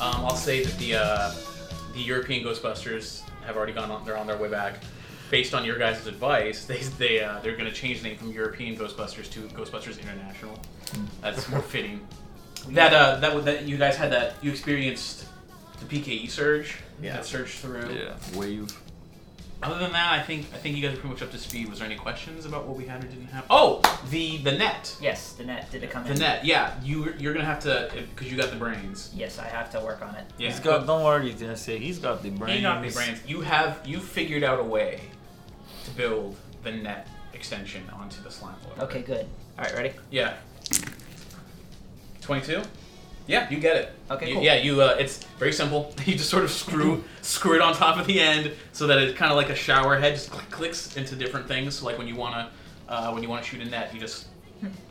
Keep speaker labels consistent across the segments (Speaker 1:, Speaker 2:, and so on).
Speaker 1: Um, I'll say that the uh, the European Ghostbusters have already gone on. They're on their way back. Based on your guys' advice, they they uh, they're going to change the name from European Ghostbusters to Ghostbusters International. That's more fitting. That uh that would- that you guys had that you experienced the PKE surge.
Speaker 2: Yeah.
Speaker 1: That surge through.
Speaker 3: Yeah, wave.
Speaker 1: Other than that, I think I think you guys are pretty much up to speed. Was there any questions about what we had or didn't have? Oh, the the net.
Speaker 4: Yes, the net did it come
Speaker 1: The
Speaker 4: in?
Speaker 1: net. Yeah, you you're gonna have to because you got the brains.
Speaker 4: Yes, I have to work on it.
Speaker 1: Yeah.
Speaker 3: He's got. Don't worry, he's gonna say he's got the brains.
Speaker 1: Hang on, me brains. You have you figured out a way to build the net extension onto the slime floor.
Speaker 4: Okay, good. All right, ready?
Speaker 1: Yeah. Twenty-two. Yeah, you get it.
Speaker 4: Okay,
Speaker 1: You-
Speaker 4: cool.
Speaker 1: Yeah, you. Uh, it's very simple. You just sort of screw screw it on top of the end so that it's kind of like a shower head, just click, clicks into different things. So like when you wanna uh, when you wanna shoot a net, you just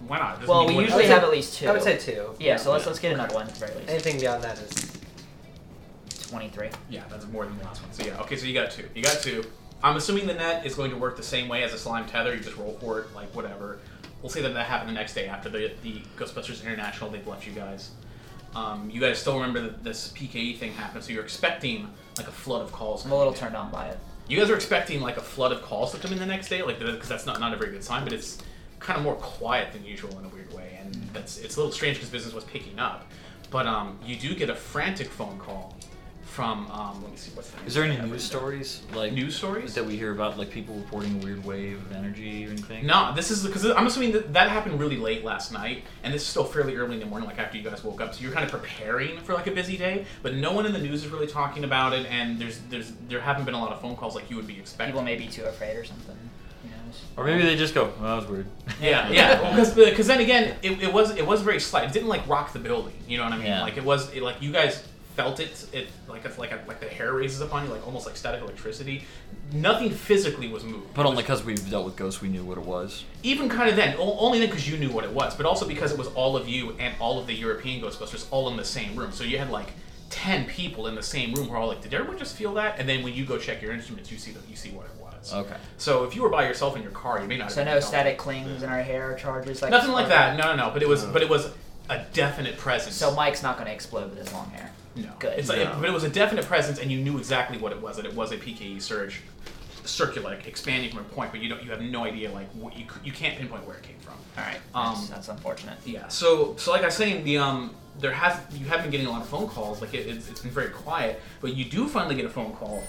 Speaker 1: why not? Doesn't
Speaker 4: Well,
Speaker 1: mean
Speaker 4: we
Speaker 1: you
Speaker 4: usually
Speaker 1: wouldn't-
Speaker 2: I
Speaker 4: have
Speaker 2: would
Speaker 4: at least two.
Speaker 2: I would say two.
Speaker 4: Yeah, so let's
Speaker 1: Yeah.
Speaker 4: let's get another one at the very least.
Speaker 2: Anything beyond that is.
Speaker 4: Twenty-three.
Speaker 1: Yeah, that's more than the last one. So yeah, okay, so you got two. You got two. I'm assuming the net is going to work the same way as a slime tether. You just roll for it, like whatever. We'll say that that happened the next day after the, the Ghostbusters International. They've left you guys. Um, you guys still remember that this PKE thing happened, so you're expecting like a flood of calls.
Speaker 4: I'm a little
Speaker 1: coming in.
Speaker 4: turned on by it.
Speaker 1: You guys are expecting like a flood of calls to come in the next day, like because that's not not a very good sign, but it's kind of more quiet than usual in a weird way, and that's it's a little strange because business was picking up. But um, you do get a frantic phone call from um, let me see what's the name
Speaker 3: Is there any
Speaker 1: of the-
Speaker 3: news stories like
Speaker 1: News stories?
Speaker 3: that we hear about, like people reporting a weird wave of energy or anything?
Speaker 1: No, this is because I'm assuming that that happened really late last night, and this is still fairly early in the morning, like after you guys woke up. So you're kind of preparing for like a busy day, but no one in the news is really talking about it, and there's there's there haven't been a lot of phone calls like you would be expecting.
Speaker 4: People may be too afraid or something. Who knows?
Speaker 3: Or maybe they just go, "Well, that was weird."
Speaker 1: Yeah, yeah. Because because then again, it, it was it was very slight. It didn't like rock the building. You know what I mean?
Speaker 3: Yeah.
Speaker 1: Like it was it, like you guys felt it. It like it's like a, like the hair raises upon you, like almost like static electricity. Nothing physically was moved.
Speaker 3: But only because we've dealt with ghosts, we knew what it was.
Speaker 1: even kind of then, o- only then because you knew what it was, but also because it was all of you and all of the European Ghostbusters all in the same room. So you had like ten people in the same room who are all like, "Did everyone just feel that?" And then when you go check your instruments, you see the, you see what it was.
Speaker 3: Okay.
Speaker 1: So if you were by yourself in your car, you may not. have
Speaker 4: So
Speaker 1: even
Speaker 4: no
Speaker 1: felt it.
Speaker 4: static clings in our hair, charges like
Speaker 1: Nothing like that. No, no, no. But it was, but it was a definite presence.
Speaker 4: So Mike's not going to explode with his long hair.
Speaker 1: no,
Speaker 4: good.
Speaker 1: It's like,
Speaker 2: No.
Speaker 1: but it was a definite presence, and you knew exactly what it was. That it was a PKE surge, circular, like, expanding from a point, but you don't, you have no idea, like, what you, c- you can't pinpoint where it came from.
Speaker 4: All right.
Speaker 1: Um,
Speaker 4: that's, that's unfortunate.
Speaker 1: Yeah. So, so like I was saying, the um, there has you have been getting a lot of phone calls. Like it, it's, it's been very quiet, but you do finally get a phone call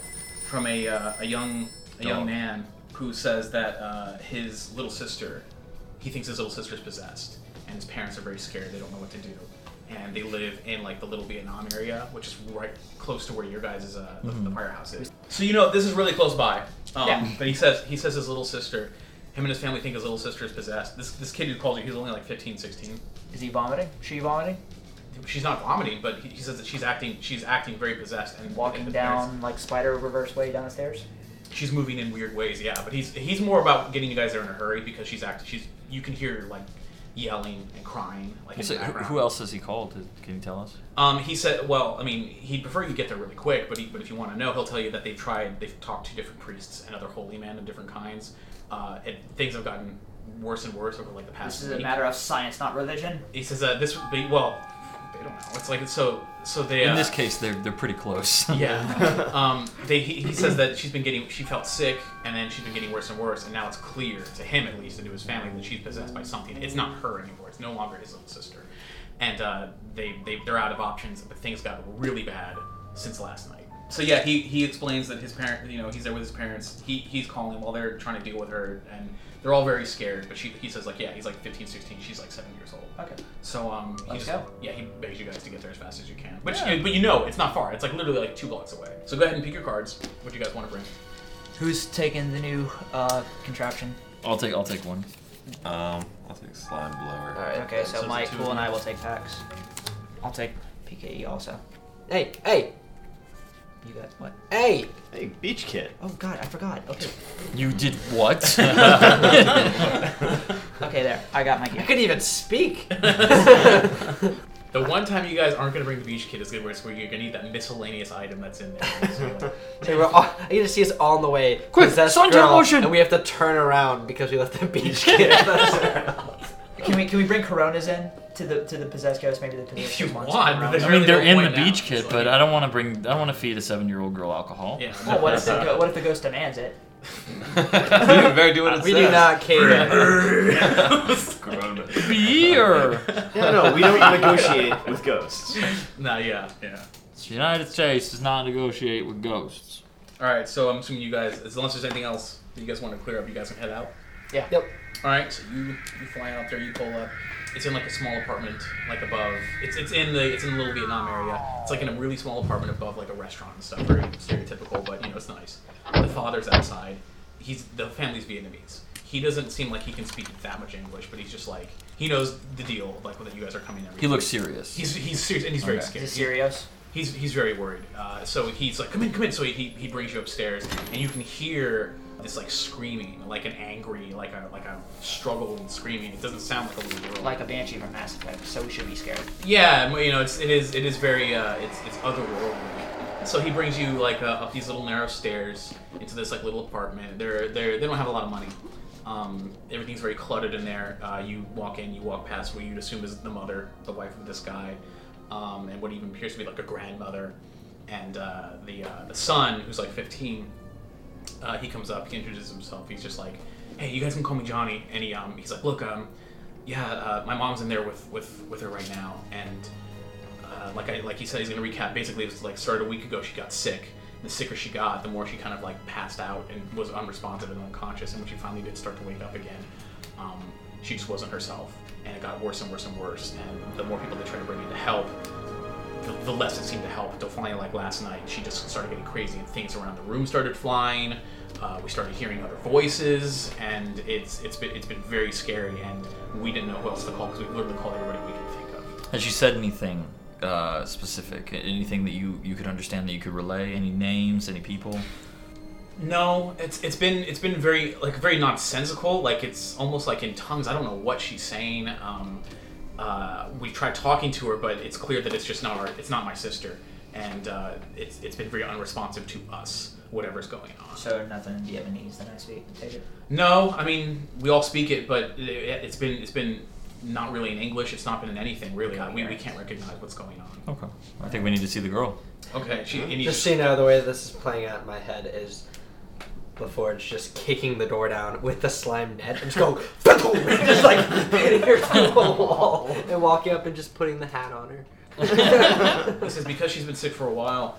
Speaker 1: from a uh, a young a young
Speaker 3: Dog.
Speaker 1: man who says that uh, his little sister, he thinks his little sister's possessed, and his parents are very scared. They don't know what to do, and they live in like the little Vietnam area, which is right close to where your guys is uh, the, the
Speaker 3: Mm-hmm.
Speaker 1: firehouse is. So you know this is really close by. Um,
Speaker 4: Yeah.
Speaker 1: But he says he says his little sister. Him and his family think his little sister is possessed. This, this kid who calls you, he's only like 15, 16
Speaker 4: Is he vomiting? She vomiting?
Speaker 1: she's not vomiting, but he, he says that she's acting she's acting very possessed and
Speaker 4: Walking
Speaker 1: and the parents-
Speaker 4: down like spider reverse way down the stairs?
Speaker 1: She's moving in weird ways, yeah. But he's he's more about getting you guys there in a hurry because she's acting. She's you can hear like yelling and crying like. in
Speaker 3: So,
Speaker 1: the
Speaker 3: who,
Speaker 1: background.
Speaker 3: who else has he called? Can you tell us?
Speaker 1: Um, he said, well, I mean, he'd prefer you get there really quick, but he, but if you want to know, he'll tell you that they've tried, they've talked to different priests and other holy men of different kinds. Uh, and things have gotten worse and worse over like the past.
Speaker 4: This is a
Speaker 1: week.
Speaker 4: matter of science, not religion.
Speaker 1: He says that this would be well, they don't know. It's like so so they
Speaker 3: In
Speaker 1: uh,
Speaker 3: this case, they're they're pretty close.
Speaker 1: Yeah. um, they, he, he says that she's been getting, she felt sick, and then she's been getting worse and worse, and now it's clear to him at least, and to his family, that she's possessed by something. It's not her anymore. It's no longer his little sister, and uh, they, they they're out of options. But things got really bad since last night. So yeah, he, he explains that his parent, you know, he's there with his parents. He he's calling while they're trying to deal with her, and they're all very scared. But she he says like yeah, he's like 15, 16. She's like seven years old.
Speaker 4: Okay.
Speaker 1: So um, he
Speaker 4: Let's
Speaker 1: just,
Speaker 4: go.
Speaker 1: Yeah, he begs you guys to get there as fast as you can. But you, but you know it's not far. It's like literally like two blocks away. So go ahead and pick your cards. What do you guys want to bring?
Speaker 4: Who's taking the new uh, contraption?
Speaker 3: I'll take I'll take one.
Speaker 5: Um, I'll take slime blower.
Speaker 2: Alright.
Speaker 4: Okay, so
Speaker 1: so the
Speaker 4: Mike,
Speaker 1: two of
Speaker 4: Cool, and
Speaker 1: you.
Speaker 4: I will take packs. I'll take PKE also.
Speaker 2: Hey, hey,
Speaker 4: You got what?
Speaker 2: hey!
Speaker 5: Hey, beach kit.
Speaker 4: Oh God, I forgot. Okay,
Speaker 3: You did what?
Speaker 4: okay, there. I got my
Speaker 2: I
Speaker 4: gear.
Speaker 2: couldn't even speak!
Speaker 1: The one time you guys aren't gonna bring the beach kid is gonna where it's where you're gonna need that miscellaneous item that's in there. So, like,
Speaker 2: So we're all, I get to see us all on the way. Quick,
Speaker 3: Suntan Ocean!
Speaker 2: And we have to turn around because we left the beach kid.
Speaker 4: Can we can we bring Coronas in to the to the possessed ghost? Maybe the possessed
Speaker 1: If you
Speaker 4: ghost wants
Speaker 1: want,
Speaker 4: a Corona.
Speaker 1: but there's
Speaker 3: I mean,
Speaker 1: really
Speaker 3: they're
Speaker 1: no
Speaker 3: in the
Speaker 1: point now,
Speaker 3: beach kit,
Speaker 1: so-
Speaker 3: but I don't want to bring. I don't want to feed a seven-year-old girl alcohol.
Speaker 1: Yeah.
Speaker 4: Well, what if the go- what if the ghost demands it?
Speaker 5: you better do what it
Speaker 2: We
Speaker 5: says.
Speaker 2: do not cater.
Speaker 5: Corona.
Speaker 3: Beer.
Speaker 6: No, no, we don't negotiate with ghosts.
Speaker 1: no, yeah, yeah.
Speaker 3: The United States does not negotiate with ghosts.
Speaker 1: All right, so I'm assuming you guys, as long as there's anything else that you guys want to clear up, you guys can head out.
Speaker 4: Yeah.
Speaker 2: Yep.
Speaker 1: All right, so you you fly out there, you pull up. It's in like a small apartment, like above. It's it's in the it's in the little Vietnam area. It's like in a really small apartment above like a restaurant and stuff. Very stereotypical, but you know it's nice. The father's outside. He's the family's Vietnamese. He doesn't seem like he can speak that much English, but he's just like he knows the deal, like that you guys are coming. Every
Speaker 3: He looks serious.
Speaker 1: He's he's serious and he's very
Speaker 3: Okay.
Speaker 1: scared.
Speaker 4: Is
Speaker 1: He's-
Speaker 4: it Sirius?
Speaker 1: he's he's very worried. Uh, so he's like, come in, come in. So he, he he brings you upstairs, and you can hear this like screaming, like an angry, like a like a struggle and screaming. It doesn't sound like a little girl.
Speaker 4: Like a banshee from Mass Effect, so we should be scared.
Speaker 1: yeah, well, you know, it's it is it is very uh, it's it's otherworldly. So he brings you like uh, up these little narrow stairs into this like little apartment. They're they're they don't have a lot of money. Um, everything's very cluttered in there. Uh, you walk in, you walk past what you'd assume is the mother, the wife of this guy, um, and what even appears to be like a grandmother, and uh, the uh, the son who's like 15. Uh, he comes up, he introduces himself. He's just like, "Hey, you guys can call me Johnny." And he um, he's like, "Look, um, yeah, uh, my mom's in there with with with her right now, and uh, like I like he said, he's gonna recap. Basically, it was like started a week ago. She got sick. The sicker she got, the more she kind of like passed out and was unresponsive and unconscious. And when she finally did start to wake up again, um, she just wasn't herself, and it got worse and worse and worse. And the more people they tried to bring in to help, the, the less it seemed to help. Until finally, like last night, she just started getting crazy, and things around the room started flying. Uh, we started hearing other voices, and it's it's been it's been very scary. And we didn't know who else to call because we literally called everybody we could think of.
Speaker 3: Has she said anything uh, specific? Anything that you you could understand that you could relay? Any names? Any people?
Speaker 1: No, it's it's been it's been very like very nonsensical. Like it's almost like in tongues. I don't know what she's saying. Um, uh, we tried talking to her, but it's clear that it's just not our it's not my sister, and uh, it's it's been very unresponsive to us. Whatever's going on.
Speaker 4: So nothing in Vietnamese that I speak. Take it.
Speaker 1: No, I mean we all speak it, but it, it's been it's been not really in English. It's not been in anything really. I, we, we can't recognize what's going on.
Speaker 3: Okay. I think we need to see the girl.
Speaker 1: Okay, she, and you
Speaker 2: Just so you know, the way this is playing out in my head is LaForge just kicking the door down with the slime net and just going, just like hitting her through a wall and walking up and just putting the hat on her.
Speaker 1: He says because she's been sick for a while,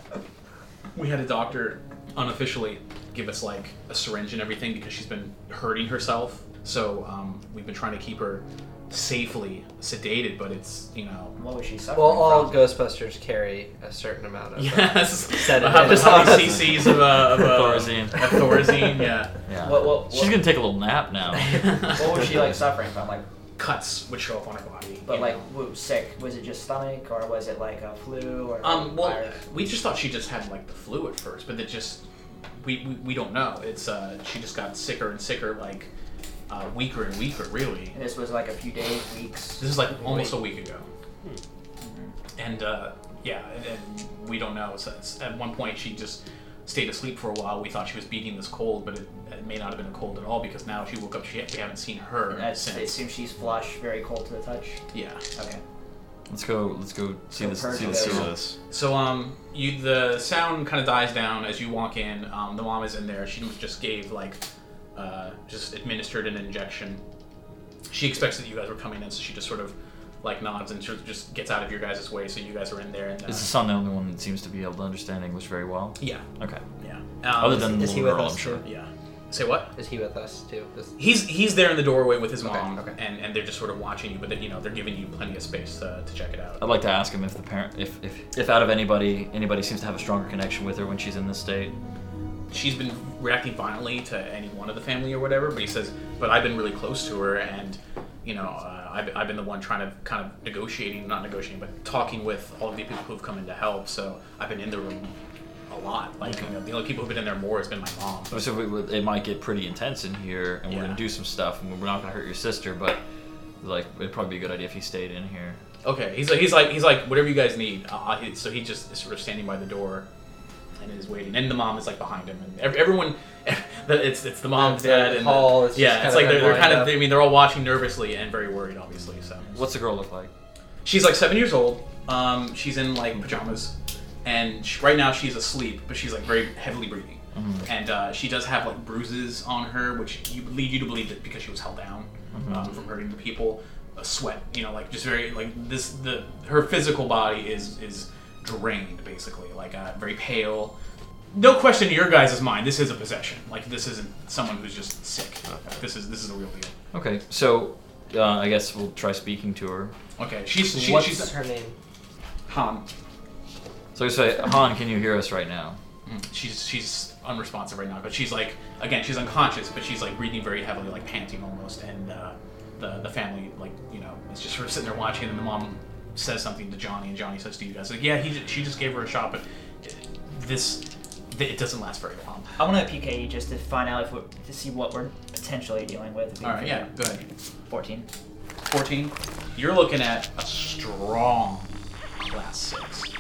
Speaker 1: we had a doctor unofficially give us like a syringe and everything because she's been hurting herself. So um, we've been trying to keep her safely sedated, but it's you know.
Speaker 4: What was she suffering
Speaker 2: well, all
Speaker 4: from?
Speaker 2: Ghostbusters carry a certain amount of. uh,
Speaker 1: Yes,
Speaker 2: Said it.
Speaker 1: How many cc's of, uh, of uh,
Speaker 3: Thorazine.
Speaker 1: of Thorazine, yeah.
Speaker 3: Yeah.
Speaker 4: What- what-
Speaker 3: She's gonna take a little nap now.
Speaker 4: What was she like suffering from? Like,
Speaker 1: Cuts would show up on her body.
Speaker 4: but
Speaker 1: you
Speaker 4: like,
Speaker 1: know.
Speaker 4: was sick? Was it just stomach, or was it like a flu, or
Speaker 1: Um, well,
Speaker 4: virus?
Speaker 1: we just thought she just had like the flu at first, but it just we, we, we don't know. It's uh she just got sicker and sicker, like uh, weaker and weaker, really.
Speaker 4: And this was like a few days, weeks.
Speaker 1: This is like almost a week ago, Hmm. and uh, yeah, and, and we don't know. So it's, at one point, she just stayed asleep for a while. We thought she was beating this cold, but it, it may not have been a cold at all because now she woke up. She we haven't seen her
Speaker 4: I s- I
Speaker 1: since.
Speaker 4: assume she's flush, very cold to the touch.
Speaker 1: Yeah.
Speaker 4: Okay.
Speaker 3: Let's go. Let's go see this. See
Speaker 5: Let's
Speaker 3: this
Speaker 5: see
Speaker 4: Yeah.
Speaker 3: girl.
Speaker 5: this.
Speaker 1: So um, you the sound kind of dies down as you walk in. Um, the mom is in there. She just gave like, uh, just administered an injection. She expects that you guys were coming in, so she just sort of like nods and sort of just gets out of your guys' way. So you guys are in there. And uh,
Speaker 3: Is the son the only one that seems to be able to understand English very well?
Speaker 1: yeah,
Speaker 3: Okay.
Speaker 1: yeah. Um,
Speaker 3: Other than the
Speaker 2: is he
Speaker 3: little
Speaker 2: with
Speaker 3: girl,
Speaker 2: us
Speaker 3: I'm sure.
Speaker 2: too?
Speaker 1: yeah. Say what?
Speaker 2: Is he with us too? This-
Speaker 1: He's he's there in the doorway with his
Speaker 2: Okay,
Speaker 1: mom,
Speaker 2: okay.
Speaker 1: and and they're just sort of watching you, but they, you know they're giving you plenty of space to, to check it out.
Speaker 3: I'd like to ask him if the parent, if, if if out of anybody, anybody seems to have a stronger connection with her when she's in this state.
Speaker 1: she's been reacting violently to any one of the family or whatever but he says but i've been really close to her and you know uh, I've, I've been the one trying to kind of negotiating not negotiating but talking with all of the people who've come in to help so i've been in the room a lot like you know the only people who've been in there more has been my mom
Speaker 3: So if we, it might get pretty intense in here, and we're
Speaker 1: Yeah.
Speaker 3: gonna do some stuff, and we're not gonna hurt your sister, but like it'd probably be a good idea if he stayed in here.
Speaker 1: okay he's like he's like he's like whatever you guys need uh, uh, he- so he just is sort of standing by the door and is waiting, and the mom is like behind him, and ev- everyone, the- it's it's the mom,
Speaker 2: The- the
Speaker 1: dad, and
Speaker 2: hall is just
Speaker 1: yeah,
Speaker 2: kind
Speaker 1: it's
Speaker 2: of
Speaker 1: like they're, they're
Speaker 2: lined
Speaker 1: kind of,
Speaker 2: up.
Speaker 1: I mean, they're all watching nervously and very worried, obviously. So
Speaker 3: What's the girl look like?
Speaker 1: she's like seven years old. Um, she's in like pajamas, and sh right now she's asleep, but she's like very heavily breathing, and uh, she does have like bruises on her, which you lead you to believe that because she was held down um, from hurting the people, a sweat, you know, like just very like this the her physical body is is drained basically, like uh, very pale. No question to your guys' mind, this is a possession. Like this isn't someone who's just sick. This is this is a real deal.
Speaker 3: Okay, so uh, I guess we'll try speaking to her.
Speaker 1: Okay, she's she,
Speaker 2: What's
Speaker 1: she's
Speaker 2: her name?
Speaker 1: Han.
Speaker 3: So I say, Han, can you hear us right now?
Speaker 1: she's she's unresponsive right now, but she's like again she's unconscious, but she's like breathing very heavily, like panting almost, and uh, the the family like you know is just sort of sitting there watching, and the mom says something to Johnny, and Johnny says to you guys like yeah he ju- she just gave her a shot, but this th- it doesn't last very long.
Speaker 4: I want to PK E just to find out if we're, to see what we're potentially dealing with. If we
Speaker 1: All right,
Speaker 4: can figure
Speaker 1: yeah,
Speaker 4: out.
Speaker 1: go ahead.
Speaker 4: Fourteen.
Speaker 1: 14. You're looking at a strong class six.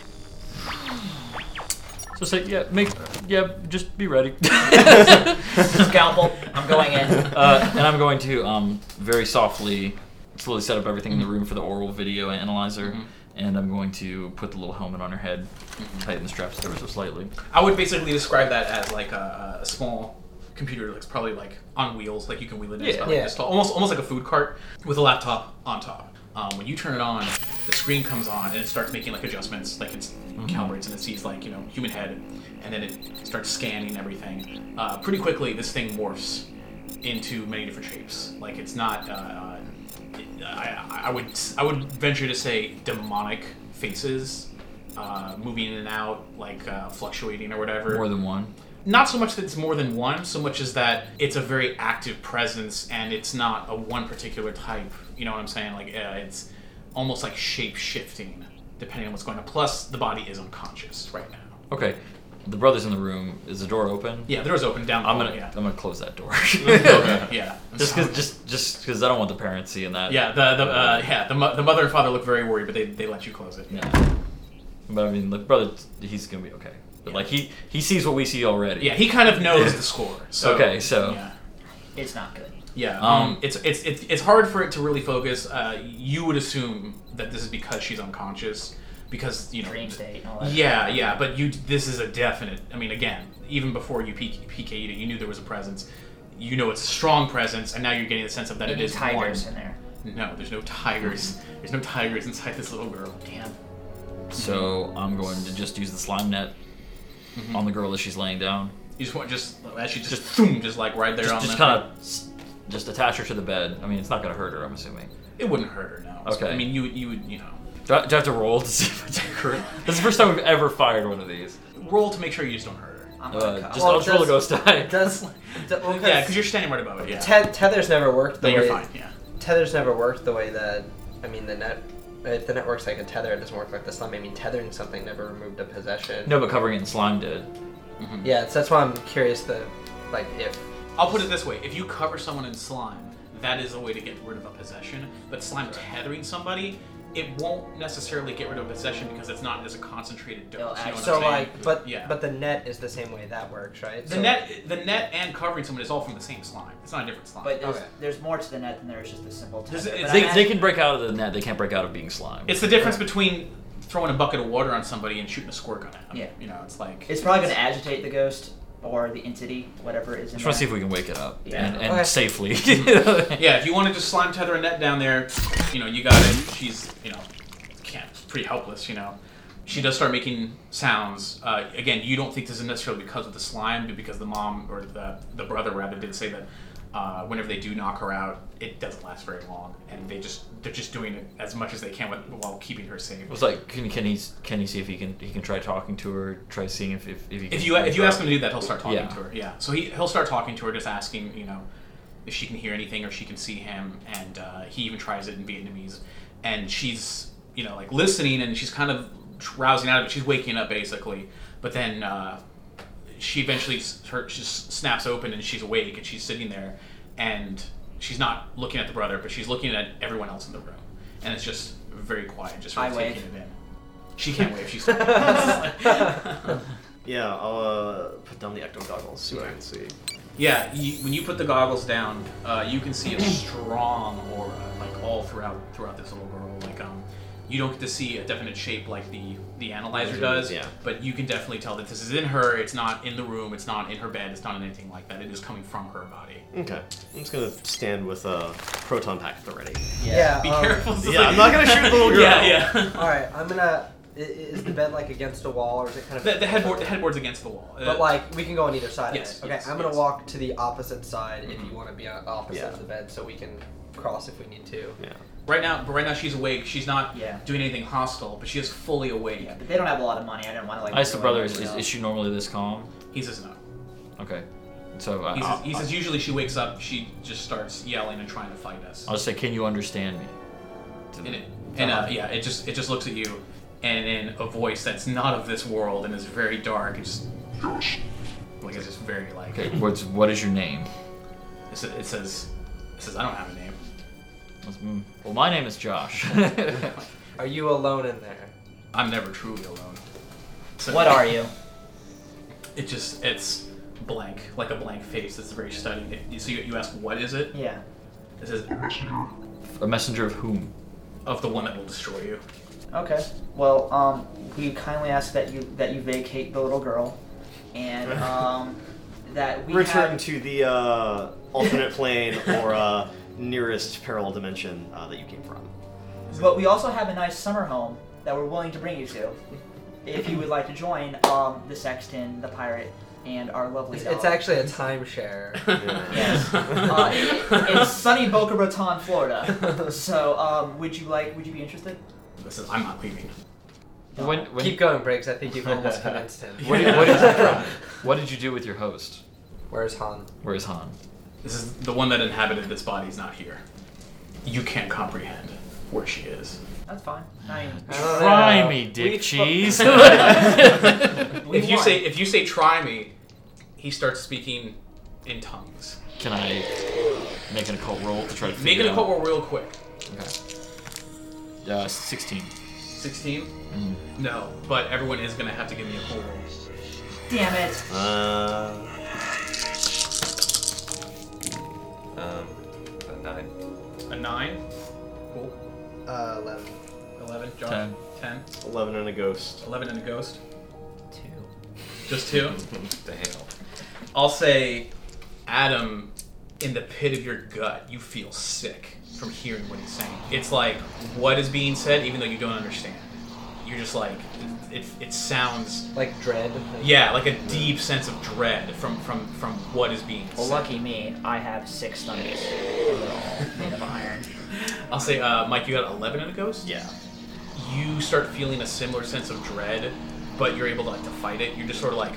Speaker 3: So say, yeah, make, yeah, just be ready.
Speaker 4: Scalpel. I'm going in.
Speaker 3: uh, and I'm going to um, very softly, slowly set up everything in the room for the oral video analyzer, and I'm going to put the little helmet on her head, tighten the straps ever so slightly.
Speaker 1: I would basically describe that as like a, a small computer that's probably like on wheels, like you can wheel it in. It's
Speaker 3: Yeah.
Speaker 1: about like
Speaker 2: Yeah.
Speaker 1: this tall, almost almost like a food cart with a laptop on top. Um, when you turn it on, the screen comes on and it starts making like adjustments, like it's calibrates and it sees like you know human head, and then it starts scanning everything. Uh, pretty quickly, this thing morphs into many different shapes. Like it's not. Uh, it- I, I would I would venture to say demonic faces, uh, moving in and out, like uh, fluctuating or whatever
Speaker 3: More than one.
Speaker 1: not so much that it's more than one, so much as that it's a very active presence and it's not a one particular type. You know what I'm saying? Like uh, it's almost like shape shifting depending on what's going on. Plus, the body is unconscious right now.
Speaker 3: Okay, the brother's in the room. Is the door open?
Speaker 1: Yeah, the door's open down. the
Speaker 3: I'm
Speaker 1: hall,
Speaker 3: gonna,
Speaker 1: Oh, yeah.
Speaker 3: I'm gonna close that door.
Speaker 1: yeah. I'm
Speaker 3: just
Speaker 1: sorry.
Speaker 3: cause, just, just 'cause I don't want the parents seeing that.
Speaker 1: yeah, the the uh, yeah the, mo- the mother and father look very worried, but they, they let you close it.
Speaker 3: Yeah. But I mean, like, brother, he's gonna be okay. But
Speaker 1: Yeah.
Speaker 3: like, he he sees what we see already.
Speaker 1: Yeah, he kind of knows the score. So
Speaker 3: Okay, so-
Speaker 1: yeah.
Speaker 4: It's not good.
Speaker 1: Yeah,
Speaker 3: Um,
Speaker 1: um, it's, it's it's it's hard for it to really focus. Uh, you would assume that this is because she's unconscious, because you know.
Speaker 4: Dream state and all that.
Speaker 1: Yeah, yeah, but you this is a definite. I mean, again, even before you PK, PK'd it, you knew there was a presence. You know it's a strong presence, and now you're getting the sense of that it
Speaker 4: Any
Speaker 1: is
Speaker 4: tigers
Speaker 1: one.
Speaker 4: in there?
Speaker 1: No, there's no tigers. There's no tigers inside this little girl.
Speaker 4: Damn.
Speaker 3: So I'm going to just use the slime net on the girl as she's laying down.
Speaker 1: You just want just as she just boom, just like right there
Speaker 3: Just,
Speaker 1: on
Speaker 3: just
Speaker 1: the-
Speaker 3: kind of, just attach her to the bed. I mean, it's not gonna hurt her. I'm assuming.
Speaker 1: It wouldn't hurt her. No.
Speaker 3: Okay.
Speaker 1: I mean, you would- you would you know.
Speaker 3: Do I, do I have to roll to see if I take her? This is the first time we've ever fired one of these.
Speaker 1: Roll to make sure you just don't hurt her.
Speaker 4: I'm gonna
Speaker 3: Uh,
Speaker 4: cut.
Speaker 3: just
Speaker 2: Oh Well,
Speaker 3: I'll just roll a
Speaker 2: does-
Speaker 3: ghost die.
Speaker 2: Does d- well,
Speaker 1: Yeah, because you're standing right above it. Yeah.
Speaker 2: te- tethers never worked the
Speaker 1: Then you're
Speaker 2: way
Speaker 1: fine. Yeah.
Speaker 2: tethers never worked the way that I mean the net. If the network's like a tether, it doesn't work like the slime. I mean, tethering something never removed a possession.
Speaker 3: No, but covering it in slime did.
Speaker 2: Yeah, it's, that's why I'm curious. The like if
Speaker 1: I'll put it this way: if you cover someone in slime, that is a way to get rid of a possession. But slime tethering somebody, it won't necessarily get rid of a possession because it's not as a concentrated dose. You know
Speaker 4: It'll
Speaker 1: what
Speaker 4: act-
Speaker 1: I'm
Speaker 2: so
Speaker 1: saying?
Speaker 2: like but
Speaker 1: yeah.
Speaker 2: but the net is the same way that works, right?
Speaker 1: the
Speaker 2: So-
Speaker 1: net, the net, and covering someone is all from the same slime. It's not a different slime.
Speaker 4: But there's,
Speaker 2: Okay.
Speaker 4: there's more to the net than there is just a simple
Speaker 1: Does
Speaker 4: tether.
Speaker 1: it-
Speaker 4: But
Speaker 3: They,
Speaker 4: I'm
Speaker 3: they
Speaker 4: asking-
Speaker 3: can break out of the net. They can't break out of being slime.
Speaker 1: it's the difference between throwing a bucket of water on somebody and shooting a squirt gun at them.
Speaker 4: Yeah.
Speaker 1: You know, it's like
Speaker 4: It's probably going to agitate the ghost or the entity, whatever is
Speaker 3: just
Speaker 4: in there.
Speaker 3: want to see if we can wake it up
Speaker 4: Yeah.
Speaker 3: and, and
Speaker 2: Okay.
Speaker 3: safely.
Speaker 1: yeah. If you want to just slime tether a net down there, you know, you got it. She's you know, can't pretty helpless. You know, she does start making sounds. Uh, again, you don't think this is necessarily because of the slime, but because the mom or the the brother rather did say that. Uh, whenever they do knock her out, it doesn't last very long, and they just they're just doing it as much as they can with, while keeping her safe.
Speaker 3: It was like, can, can he can he see if he can he can try talking to her, try seeing if if, if he can
Speaker 1: If you if you ask him to do that, he'll start talking
Speaker 3: Yeah.
Speaker 1: to her. Yeah. So he he'll start talking to her, just asking, you know, if she can hear anything or she can see him, and uh, he even tries it in Vietnamese, and she's you know like listening, and she's kind of rousing out of it. She's waking up basically, but then uh, she eventually s- her she s- snaps open and she's awake and she's sitting there, and she's not looking at the brother, but she's looking at everyone else in the room, and it's just very quiet, just sort of
Speaker 4: I
Speaker 1: taking
Speaker 4: wave.
Speaker 1: it in. She can't wave. She's.
Speaker 6: Yeah, I'll uh, put down the ecto goggles, see what I can see.
Speaker 1: Yeah, you, when you put the goggles down, uh, you can see a strong aura, like all throughout throughout this little girl. Like um, you don't get to see a definite shape like the the analyzer does,
Speaker 6: Yeah.
Speaker 1: but you can definitely tell that this is in her. It's not in the room. It's not in her bed. It's not in anything like that. It is coming from her body.
Speaker 6: Okay, I'm just gonna stand with a proton pack at the ready.
Speaker 2: Yeah.
Speaker 1: Be
Speaker 2: um,
Speaker 1: careful. it's
Speaker 6: Uh, yeah, I'm not gonna shoot the little girl. Uh,
Speaker 1: yeah, yeah.
Speaker 2: All right, I'm gonna. i- i- Is the bed like against a wall, or is it kind of
Speaker 1: The, the headboard the headboard's against the wall. Uh,
Speaker 2: But like we can go on either side
Speaker 1: Yes,
Speaker 2: of it. Okay,
Speaker 1: yes,
Speaker 2: I'm gonna
Speaker 1: yes. Mm-hmm.
Speaker 2: walk to the opposite side if you want to be on opposite
Speaker 6: Yeah.
Speaker 2: of the bed, so we can cross if we need to.
Speaker 6: Yeah.
Speaker 1: right now, but right now she's awake. She's not
Speaker 4: Yeah.
Speaker 1: doing anything hostile, but she is fully awake.
Speaker 4: Yeah, but they don't have a lot of money. I don't want to like.
Speaker 3: I
Speaker 1: Oh
Speaker 3: asked the
Speaker 4: ruin
Speaker 3: brother, is,
Speaker 4: it,
Speaker 3: is,
Speaker 4: so-
Speaker 3: is she normally this calm?
Speaker 1: He says no.
Speaker 3: Okay. So I,
Speaker 1: He says,
Speaker 3: I'll,
Speaker 1: he says usually she wakes up, she just starts yelling and trying to fight us.
Speaker 3: I'll just say, can you understand me? To the-
Speaker 1: and it, and uh, yeah, it just it just looks at you, and in a voice that's not of this world and is very dark. It just like it's just very like
Speaker 3: Okay, what's, what is your name?
Speaker 1: it, sa- it says it says I don't have a name.
Speaker 3: Mm, Well, my name is Josh.
Speaker 2: Are you alone in there?
Speaker 1: I'm never truly alone. So
Speaker 4: What are you?
Speaker 1: It just it's blank, like a blank face that's very studied. It- so you, you ask what is it?
Speaker 4: Yeah.
Speaker 1: It says
Speaker 3: a messenger of whom?
Speaker 1: of the one that will destroy you.
Speaker 4: Okay. Well, um, we kindly ask that you that you vacate the little girl, and um, that we
Speaker 6: Return
Speaker 4: have-
Speaker 6: to the uh, alternate plane or uh, nearest parallel dimension uh, that you came from.
Speaker 4: But we also have a nice summer home that we're willing to bring you to, if you would like to join um, the sexton, the pirate, and our lovely.
Speaker 2: It's,
Speaker 4: dog.
Speaker 2: it's actually a timeshare.
Speaker 4: Yes. Uh, it- it's sunny Boca Raton, Florida. So, um, would you like? Would you be interested?
Speaker 1: This is I'm not leaving.
Speaker 3: When, when,
Speaker 2: Keep going, Briggs. I think you've almost convinced him.
Speaker 3: What, did- what did, what did you do with your host?
Speaker 2: Where's Han?
Speaker 3: Where is Han?
Speaker 1: This is the one that inhabited this body is not here. You can't comprehend where she is.
Speaker 4: That's fine. I mean,
Speaker 2: I
Speaker 6: Uh.
Speaker 2: don't
Speaker 3: Try
Speaker 2: know.
Speaker 3: me,
Speaker 2: We
Speaker 3: dick
Speaker 2: fu-
Speaker 3: cheese.
Speaker 4: We
Speaker 1: if you
Speaker 4: won.
Speaker 1: say if you say try me, he starts speaking in tongues.
Speaker 3: Can I make an occult roll to try to
Speaker 1: Make
Speaker 3: figure
Speaker 1: an
Speaker 3: it
Speaker 1: occult
Speaker 3: out?
Speaker 1: roll real quick.
Speaker 3: Okay. Uh, 16.
Speaker 1: 16? No, but everyone is gonna have to give me a occult roll.
Speaker 4: damn it.
Speaker 5: Uh, um, a nine.
Speaker 1: A nine. Cool.
Speaker 2: Uh, eleven.
Speaker 1: Eleven. Josh.
Speaker 3: Ten.
Speaker 1: Ten.
Speaker 6: Eleven and a ghost.
Speaker 1: Eleven and a ghost.
Speaker 4: Two.
Speaker 1: Just two.
Speaker 5: the hell?
Speaker 1: I'll say, Adam, in the pit of your gut, you feel sick from hearing what he's saying. It's like what is being said, even though you don't understand. You're just like, it, it, it sounds
Speaker 2: Like dread. Like,
Speaker 1: Yeah, like a deep sense of dread from from from what is being
Speaker 4: Well,
Speaker 1: said.
Speaker 4: lucky me. I have six thunders. and They're all made of iron.
Speaker 1: I'll say, uh, Mike, you got eleven in a ghost.
Speaker 6: Yeah.
Speaker 1: You start feeling a similar sense of dread, but you're able to like to fight it. You're just sort of like,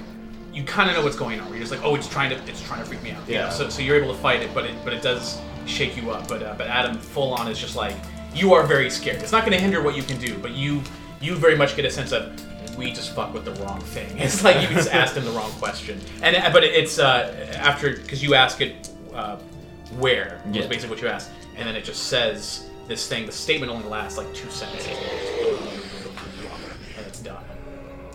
Speaker 1: you kind of know what's going on. You're just like, oh, it's trying to it's trying to freak me out. you
Speaker 6: Yeah.
Speaker 1: know? So so you're able to fight it, but it but it does shake you up. But uh, but Adam full on is just like, you are very scared. It's not going to hinder what you can do, but you you very much get a sense of. We just fuck with the wrong thing. It's like you just asked him the wrong question, and but it's uh, after because you ask it uh, where was
Speaker 3: Yeah.
Speaker 1: basically what you asked, and then it just says this thing. The statement only lasts like two sentences, and it's done.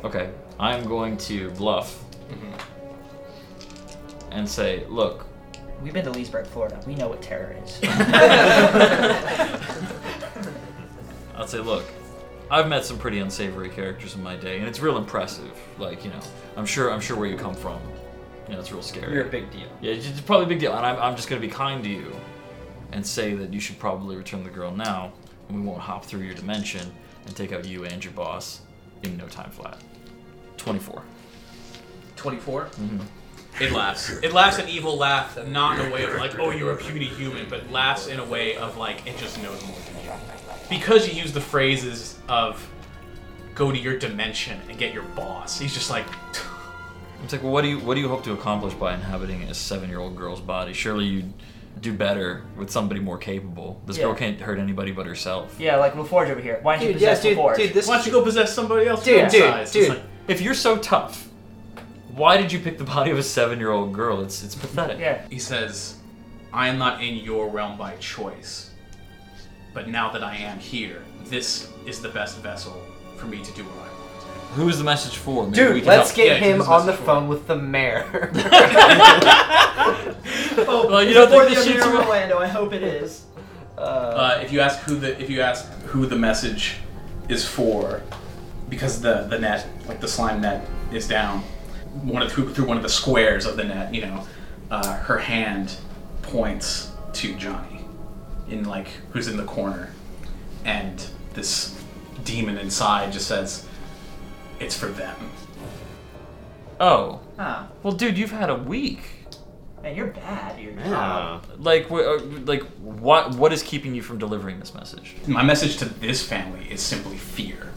Speaker 3: Okay. I'm going to bluff
Speaker 1: Mm-hmm.
Speaker 3: and say, look,
Speaker 4: We've been to Leesburg, Florida. We know what terror is.
Speaker 3: I'll say, look, I've met some pretty unsavory characters in my day, and it's real impressive. Like, you know, I'm sure, I'm sure where you come from. You know, it's real scary.
Speaker 2: You're a big deal.
Speaker 3: Yeah, it's it's probably a big deal, and I'm, I'm just gonna be kind to you, and say that you should probably return the girl now, and we won't hop through your dimension and take out you and your boss in no time flat. Twenty-four.
Speaker 1: 24 It laughs. It laughs an evil laugh, not in a way of like, oh, you're a puny human, but laughs in a way of like, it just knows more than you. Because you use the phrases of go to your dimension and get your boss, he's just like,
Speaker 3: It's like, well, what do you what do you hope to accomplish by inhabiting a seven-year-old girl's body? Surely you'd do better with somebody more capable. This
Speaker 4: Yeah.
Speaker 3: girl can't hurt anybody but herself.
Speaker 4: yeah, like LaForge over here. Why don't you
Speaker 2: Dude, yeah,
Speaker 4: possess
Speaker 2: dude,
Speaker 4: LaForge?
Speaker 2: dude, this
Speaker 1: why don't you go possess somebody else?
Speaker 2: Dude,
Speaker 1: your
Speaker 2: dude,
Speaker 1: size? It's
Speaker 2: dude.
Speaker 1: like,
Speaker 3: If you're so tough, why did you pick the body of a seven-year-old girl? It's it's pathetic.
Speaker 4: Yeah.
Speaker 1: He says, I am not in your realm by choice, but now that I am here, this is the best vessel for me to do what I want.
Speaker 3: Who is the message for? Maybe we
Speaker 2: Dude,
Speaker 3: can
Speaker 2: let's
Speaker 3: help.
Speaker 1: Yeah,
Speaker 2: get
Speaker 1: he's
Speaker 2: him
Speaker 1: message
Speaker 2: on the
Speaker 1: for
Speaker 2: phone with the mayor.
Speaker 4: Oh,
Speaker 3: Well, you
Speaker 4: is
Speaker 3: don't
Speaker 4: it for
Speaker 3: think
Speaker 4: the
Speaker 3: this shit's
Speaker 4: Amir
Speaker 3: real?
Speaker 4: Orlando? I hope it is.
Speaker 1: Uh, if you ask who the if you ask who the message is for, because the the net like the slime net is down, one of through, through one of the squares of the net, you know, uh, her hand points to Johnny, in like who's in the corner, and this demon inside just says, "It's for them."
Speaker 3: Oh,
Speaker 4: Ah,
Speaker 3: well, dude, you've had a week.
Speaker 4: man, you're bad. You're
Speaker 6: Yeah.
Speaker 3: Like, wh- uh, like, what? What is keeping you from delivering this message?
Speaker 1: My message to this family is simply fear.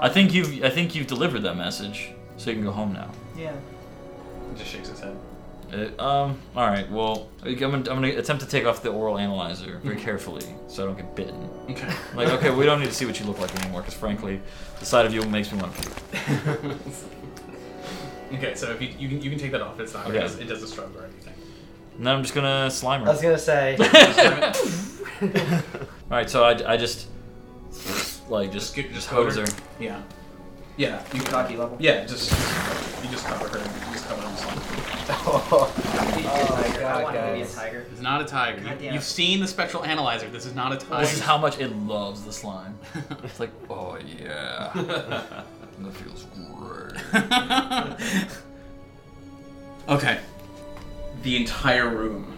Speaker 3: I think you've, I think you've delivered that message, so you can go home now.
Speaker 4: Yeah.
Speaker 1: It just shakes its head.
Speaker 3: Uh, um. All right. Well, I'm gonna, I'm gonna attempt to take off the oral analyzer
Speaker 2: Mm-hmm.
Speaker 3: very carefully, so I don't get bitten.
Speaker 1: Okay.
Speaker 3: Like, okay, we don't need to see what you look like anymore, because frankly, the sight of you makes me want to puke.
Speaker 1: Okay, so if you, you can you can take that off, it's not
Speaker 3: Okay.
Speaker 1: it, does, it doesn't struggle or anything.
Speaker 3: And then I'm just gonna slime her.
Speaker 2: I was gonna say,
Speaker 3: all right. So I, I just, like, just
Speaker 1: Just get- just
Speaker 3: hose her.
Speaker 1: cover. Yeah. Yeah. You can,
Speaker 4: Cocky level.
Speaker 1: yeah, just you just cover her. You just cover him.
Speaker 4: Oh my god, I want to be a
Speaker 2: guys.
Speaker 4: tiger.
Speaker 1: It's not a tiger.
Speaker 4: God
Speaker 1: You,
Speaker 4: damn.
Speaker 1: you've seen the spectral analyzer. This is not a tiger.
Speaker 3: This is how much it loves the slime. It's like, oh yeah, that feels great.
Speaker 1: okay. The entire room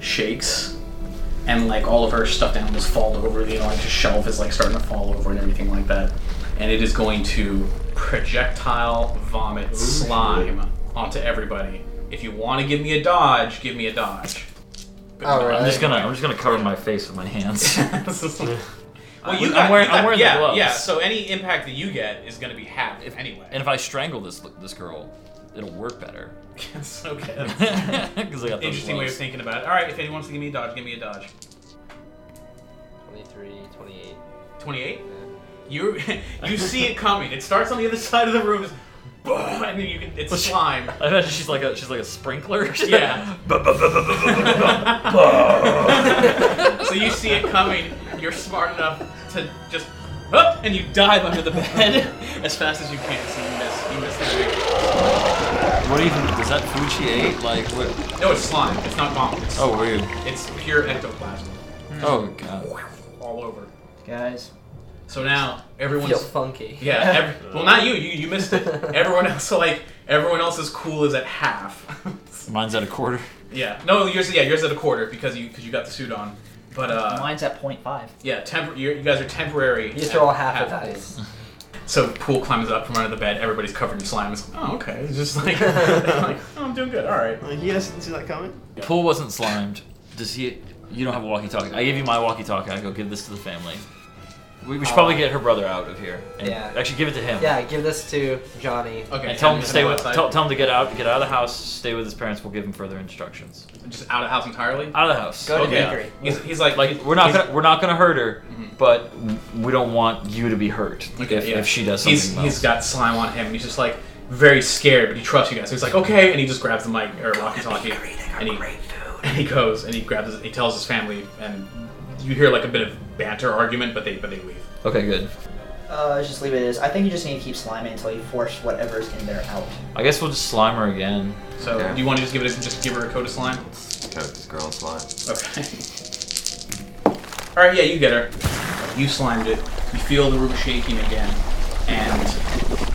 Speaker 1: shakes, and like all of her stuffed animals fall over. You know, like the shelf is like starting to fall over and everything like that. And it is going to projectile vomit slime onto everybody. If you want to give me a dodge, give me a dodge.
Speaker 2: all
Speaker 3: I'm just
Speaker 2: right.
Speaker 3: gonna, I'm just gonna cover my face with my hands.
Speaker 1: well,
Speaker 3: I'm
Speaker 1: you got,
Speaker 3: wearing-
Speaker 1: you got-
Speaker 3: I'm wearing the
Speaker 1: yeah,
Speaker 3: gloves.
Speaker 1: yeah. So any impact that you get is going to be half, if anyway.
Speaker 3: and if I strangle this this girl, it'll work better.
Speaker 1: It's okay.
Speaker 3: 'Cause I got those
Speaker 1: Interesting way of
Speaker 3: gloves.
Speaker 1: thinking about it. All right, if anyone wants to give me a dodge, give me a dodge.
Speaker 2: 23, 28.
Speaker 1: 28. You you see it coming. It starts on the other side of the room, just boom, and then you can it's
Speaker 3: Let's-
Speaker 1: slime.
Speaker 3: I imagine she's like a she's like a sprinkler.
Speaker 1: Yeah. so you see it coming. You're smart enough to just up and you dive under the bed as fast as you can. So you miss you miss the
Speaker 3: What even is that food she ate? Like what?
Speaker 1: No, it's slime. It's not bomb. It's,
Speaker 3: Oh weird.
Speaker 1: it's pure ectoplasm
Speaker 3: Oh god.
Speaker 1: all over.
Speaker 4: Guys,
Speaker 1: So now
Speaker 2: Feel
Speaker 1: everyone's
Speaker 2: funky.
Speaker 1: Yeah. Every, well, not you. You you missed it. Everyone else, so like everyone else's cool is at half.
Speaker 3: Mine's at a quarter.
Speaker 1: yeah. No, yours. Yeah, yours at a quarter because you because you got the suit on. But uh,
Speaker 4: mine's at 0.5.
Speaker 1: yeah, tempor- you're, you guys are temporary.
Speaker 2: You
Speaker 1: at
Speaker 2: throw half a dice.
Speaker 1: So pool climbs up from under the bed. Everybody's covered in slime. It's like, oh, okay. It's just like, like oh, I'm doing good. All right.
Speaker 6: Like, you guys didn't see that coming?
Speaker 3: Pool wasn't slimed. Does he? You don't have a walkie-talkie. I gave you my walkie-talkie. I go give this to the family. We, we should probably get her brother out of here. And
Speaker 2: Yeah.
Speaker 3: Actually, give it to him.
Speaker 2: Yeah, give this to Johnny.
Speaker 1: Okay.
Speaker 3: And tell him
Speaker 1: and
Speaker 3: to stay
Speaker 1: go
Speaker 3: with.
Speaker 1: outside.
Speaker 3: Tell, tell him to get out. Get out of the house. Stay with his parents. We'll give him further instructions.
Speaker 1: just out of house entirely.
Speaker 3: Out of the house.
Speaker 2: Go to
Speaker 1: Okay.
Speaker 2: bakery.
Speaker 1: He's, he's like,
Speaker 3: Like we're not
Speaker 1: he's-
Speaker 3: gonna we're not gonna hurt her, but we don't want you to be hurt
Speaker 1: Okay,
Speaker 3: if,
Speaker 1: yeah.
Speaker 3: if she does something.
Speaker 1: he's,
Speaker 3: else.
Speaker 1: he's got slime on him and he's just like very scared but he trusts you guys so he's like okay and he just grabs the mic or walkie talkie and he and he goes and he grabs his, he tells his family and you hear like a bit of banter argument but they but they leave
Speaker 3: Okay, good.
Speaker 4: Uh, let's just leave it as. I think you just need to keep sliming until you force whatever's in there out.
Speaker 3: I guess we'll just slime her again.
Speaker 1: so
Speaker 5: Okay.
Speaker 1: do you want to just give it a, just give her a coat of slime
Speaker 5: Coat this girl in slime.
Speaker 1: okay all right yeah you get her you slimed it you feel the room shaking again and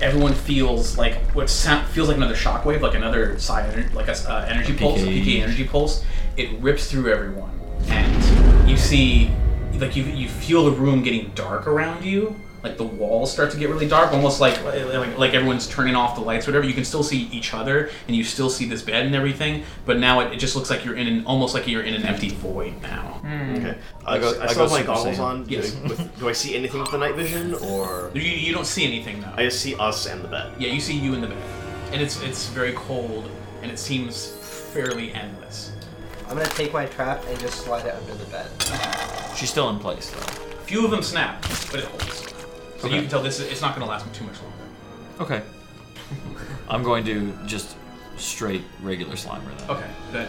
Speaker 1: everyone feels like what sound, feels like another shockwave like another psi ener- like a s- uh, energy
Speaker 5: E.
Speaker 1: pulse a
Speaker 3: PKE.
Speaker 1: PK energy pulse it rips through everyone and you see like you, you feel the room getting dark around you like the walls start to get really dark almost like like, like everyone's turning off the lights or whatever you can still see each other and you still see this bed and everything but now it, it just looks like you're in an almost like you're in an empty void now
Speaker 2: Hmm.
Speaker 6: Okay. I,
Speaker 3: go-
Speaker 6: s- I
Speaker 3: I
Speaker 6: still
Speaker 3: go
Speaker 6: have my
Speaker 3: Super
Speaker 6: goggles
Speaker 3: Saiyan.
Speaker 6: on.
Speaker 1: Yes.
Speaker 6: Do, with, do I see anything with the night vision, or
Speaker 1: you, you don't see anything though
Speaker 6: I just see us and the bed?
Speaker 1: Yeah, you see you in the bed, and it's it's very cold, and it seems fairly endless.
Speaker 2: I'm gonna take my trap and just slide it under the bed.
Speaker 3: She's still in place though.
Speaker 1: Few of them snap, but it holds. So
Speaker 3: Okay.
Speaker 1: you can tell this is, it's not going to last too much longer.
Speaker 3: Okay. I'm going to just straight regular slimer then.
Speaker 1: Okay, good.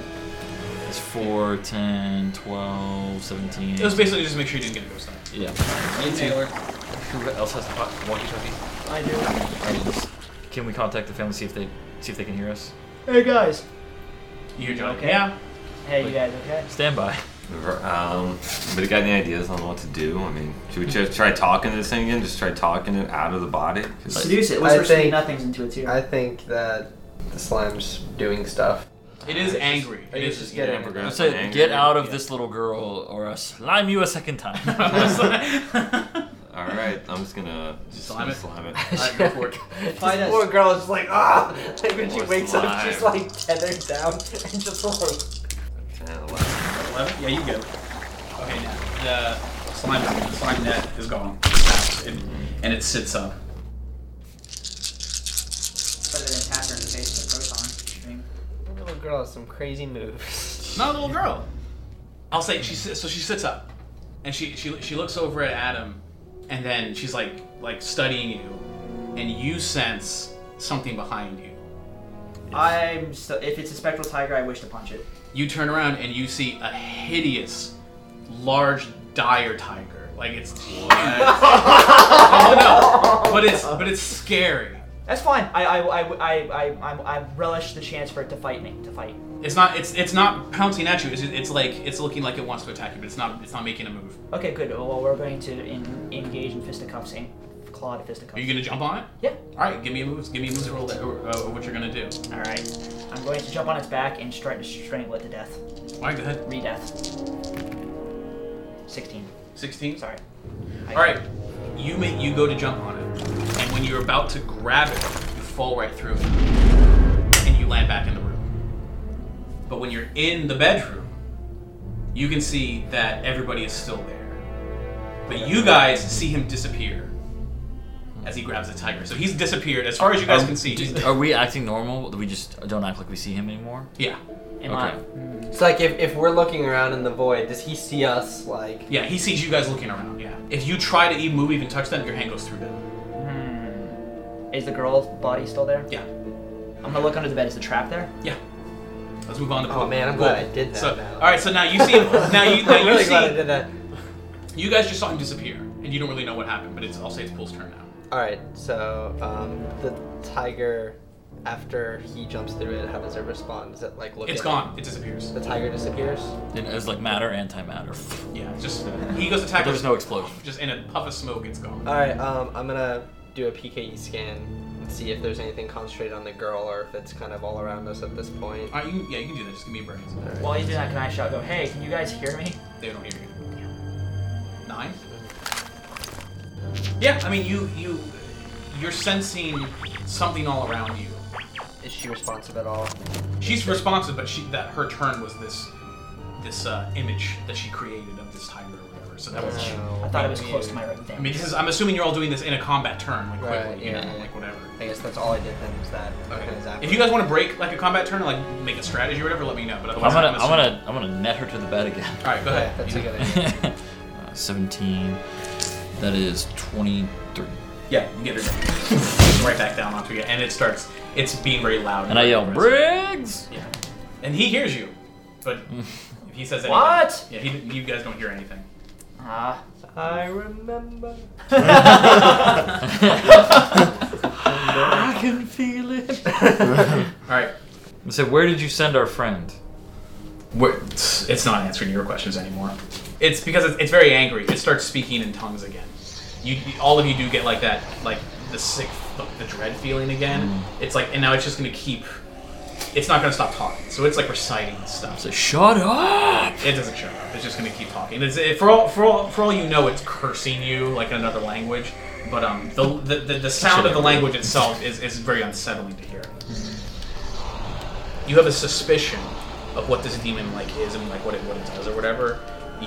Speaker 3: As is 4, 10, 12, 17.
Speaker 1: It was basically just make sure you didn't get a ghost eye.
Speaker 3: Yeah. Me too. Who else has a walkie talkie?
Speaker 4: I do.
Speaker 3: Can we contact the family see if they see if they can hear us?
Speaker 4: Hey guys.
Speaker 1: You hear Johnny?
Speaker 4: Okay.
Speaker 1: Yeah.
Speaker 4: Hey, you guys okay?
Speaker 3: Stand by.
Speaker 5: Um, but got any ideas on what to do? I mean, should we just try talking to this thing again? Just try talking it out of the body? 'Cause
Speaker 4: Seduce it.
Speaker 2: I
Speaker 4: Whisper sweet
Speaker 2: think-
Speaker 4: nothings into its ear.
Speaker 2: I think that the slime's doing stuff.
Speaker 1: It is angry.
Speaker 2: I
Speaker 1: It is
Speaker 2: just
Speaker 1: just
Speaker 2: get
Speaker 5: yeah, we're
Speaker 2: it.
Speaker 5: gonna
Speaker 3: I said,
Speaker 5: get angry.
Speaker 3: get out of
Speaker 1: Yeah.
Speaker 3: this little girl, or I'll slime you a second time.
Speaker 5: All right, I'm just gonna just
Speaker 1: Slime
Speaker 5: slime
Speaker 1: it.
Speaker 5: it. Slime it.
Speaker 1: Alright, go for it.
Speaker 2: This
Speaker 4: Find us.
Speaker 2: poor girl is just like ah. Like when she
Speaker 5: Poor
Speaker 2: wakes up, she's
Speaker 5: slime.
Speaker 2: like tethered down and just like.
Speaker 5: 10, 11.
Speaker 1: 11? Yeah, you go. Okay, now the slime, the slime net is gone. It's out. It- and it sits up.
Speaker 4: But an attacker in the face with proton stream.
Speaker 2: The little girl has some crazy moves.
Speaker 1: Not a little girl. I'll say she sits, so she sits up, and she she she looks over at Adam, and then she's like like studying you, and you sense something behind you.
Speaker 4: I'm still. If it's a spectral tiger, I wish to punch it.
Speaker 1: You turn around and you see a hideous, large, dire tiger. Like it's oh no, but it's but it's scary.
Speaker 4: That's fine. I I I I I, I, I relish the chance for it to fight me. To fight.
Speaker 1: It's not. It's it's not pouncing at you. It's, it's like it's looking like it wants to attack you, but it's not. It's not making a move.
Speaker 4: Okay, good. Well, we're going to in, engage in fisticuffs and claw to fisticuffs.
Speaker 1: Are you gonna jump on it?
Speaker 4: yeah.
Speaker 1: All right, give me a move. Give me a move roll that, or, uh, what you're gonna do.
Speaker 4: All right. I'm going to jump on its back and start to strangle it to death.
Speaker 1: All right, go ahead.
Speaker 4: Redeath. Sixteen.
Speaker 1: Sixteen.
Speaker 4: Sorry.
Speaker 1: All right, you make you go to jump on it, and when you're about to grab it, you fall right through it, and you land back in the room. But when you're in the bedroom, you can see that everybody is still there, but you guys see him disappear as he grabs the tiger. So he's disappeared as far as you
Speaker 2: Um,
Speaker 1: guys can see. he's
Speaker 3: Do-
Speaker 2: uh,
Speaker 1: there.
Speaker 3: are we acting normal? We just don't act like we see him anymore.
Speaker 1: yeah,
Speaker 4: Am
Speaker 3: Okay.
Speaker 4: I?
Speaker 2: It's like if, if we're looking around in the void, does he see us? Like
Speaker 1: yeah. He sees you guys looking around. Yeah. If you try to even move, even touch them, your hand goes through them.
Speaker 4: Hmm. Is the girl's body still there?
Speaker 1: Yeah.
Speaker 4: I'm gonna look under the bed. Is the trap there?
Speaker 1: Yeah. Let's move on to.
Speaker 2: Oh man, I'm glad I did that.
Speaker 1: So,
Speaker 2: now.
Speaker 1: all right. So now you see. Now you. Now
Speaker 2: I'm
Speaker 1: you
Speaker 2: really
Speaker 1: see.
Speaker 2: glad I did that.
Speaker 1: You guys just saw him disappear, and you don't really know what happened. But it's. I'll say it's Pool's turn now.
Speaker 2: All right, so um, the tiger, after he jumps through it, how does it respond? Does it like look?
Speaker 1: It's
Speaker 2: at
Speaker 1: gone. It disappears.
Speaker 2: The tiger disappears.
Speaker 3: It was like matter, antimatter.
Speaker 1: Yeah. it's Just he goes attack.
Speaker 3: There's no explosion.
Speaker 1: Just in a puff of smoke, it's gone.
Speaker 2: All right, um, I'm gonna do a PKE scan and see if there's anything concentrated on the girl or if it's kind of all around us at this point.
Speaker 1: All right. You, can- yeah. You can do that. Just give me a brains.
Speaker 4: While he's doing that, can I shout? Go, hey, can you guys hear me?
Speaker 1: They don't hear you. Nine. Yeah. I mean, you. You. You're sensing something all around you.
Speaker 2: Is she responsive at all?
Speaker 1: She's responsive, but she that her turn was this. This uh, image that she created of this tiger or whatever. So that was.
Speaker 2: No,
Speaker 4: I thought it was
Speaker 2: mean-
Speaker 4: close to my right
Speaker 1: I mean, this is, I'm assuming you're all doing this in a combat turn, like
Speaker 2: Right,
Speaker 1: quickly, you
Speaker 2: yeah,
Speaker 1: know,
Speaker 2: yeah.
Speaker 1: like whatever.
Speaker 2: I guess that's all I did then. Is that
Speaker 1: Okay.
Speaker 2: Exactly.
Speaker 1: If you guys want to break like a combat turn, or, like make a strategy or whatever, let me know. But
Speaker 3: I'm
Speaker 1: otherwise,
Speaker 3: gonna, I'm
Speaker 1: assuming-
Speaker 3: gonna, I'm gonna net her to the bed again.
Speaker 1: All right, go
Speaker 2: yeah,
Speaker 1: ahead.
Speaker 2: that's
Speaker 1: You
Speaker 2: a
Speaker 1: know.
Speaker 2: good idea.
Speaker 3: uh, 17. That is 23.
Speaker 1: Yeah, you get it right back down onto you, and it starts. It's being very loud.
Speaker 3: And I yell,
Speaker 1: aggressive.
Speaker 3: Briggs!
Speaker 1: Yeah, and he hears you, but if he says anything,
Speaker 4: What?
Speaker 1: Yeah, he, you guys don't hear anything.
Speaker 4: Ah.
Speaker 2: I remember.
Speaker 3: I can feel it.
Speaker 1: All right,
Speaker 3: I said, Where did you send our friend?
Speaker 1: We're, it's not answering your questions anymore. It's because it's, it's very angry. It starts speaking in tongues again. You, you- all of you do get like that, like the sick, the, the dread feeling again. It's like, and now it's just gonna keep. It's not gonna stop talking. So it's like reciting
Speaker 3: I
Speaker 1: stuff.
Speaker 3: said, Shut up!
Speaker 1: It doesn't shut up. It's just gonna keep talking. It's, it, for all for all for all you know, it's cursing you like in another language. But um, the the, the, the sound of the language itself is, is very unsettling to hear. You have a suspicion of what this demon like is and like what it what it does or whatever.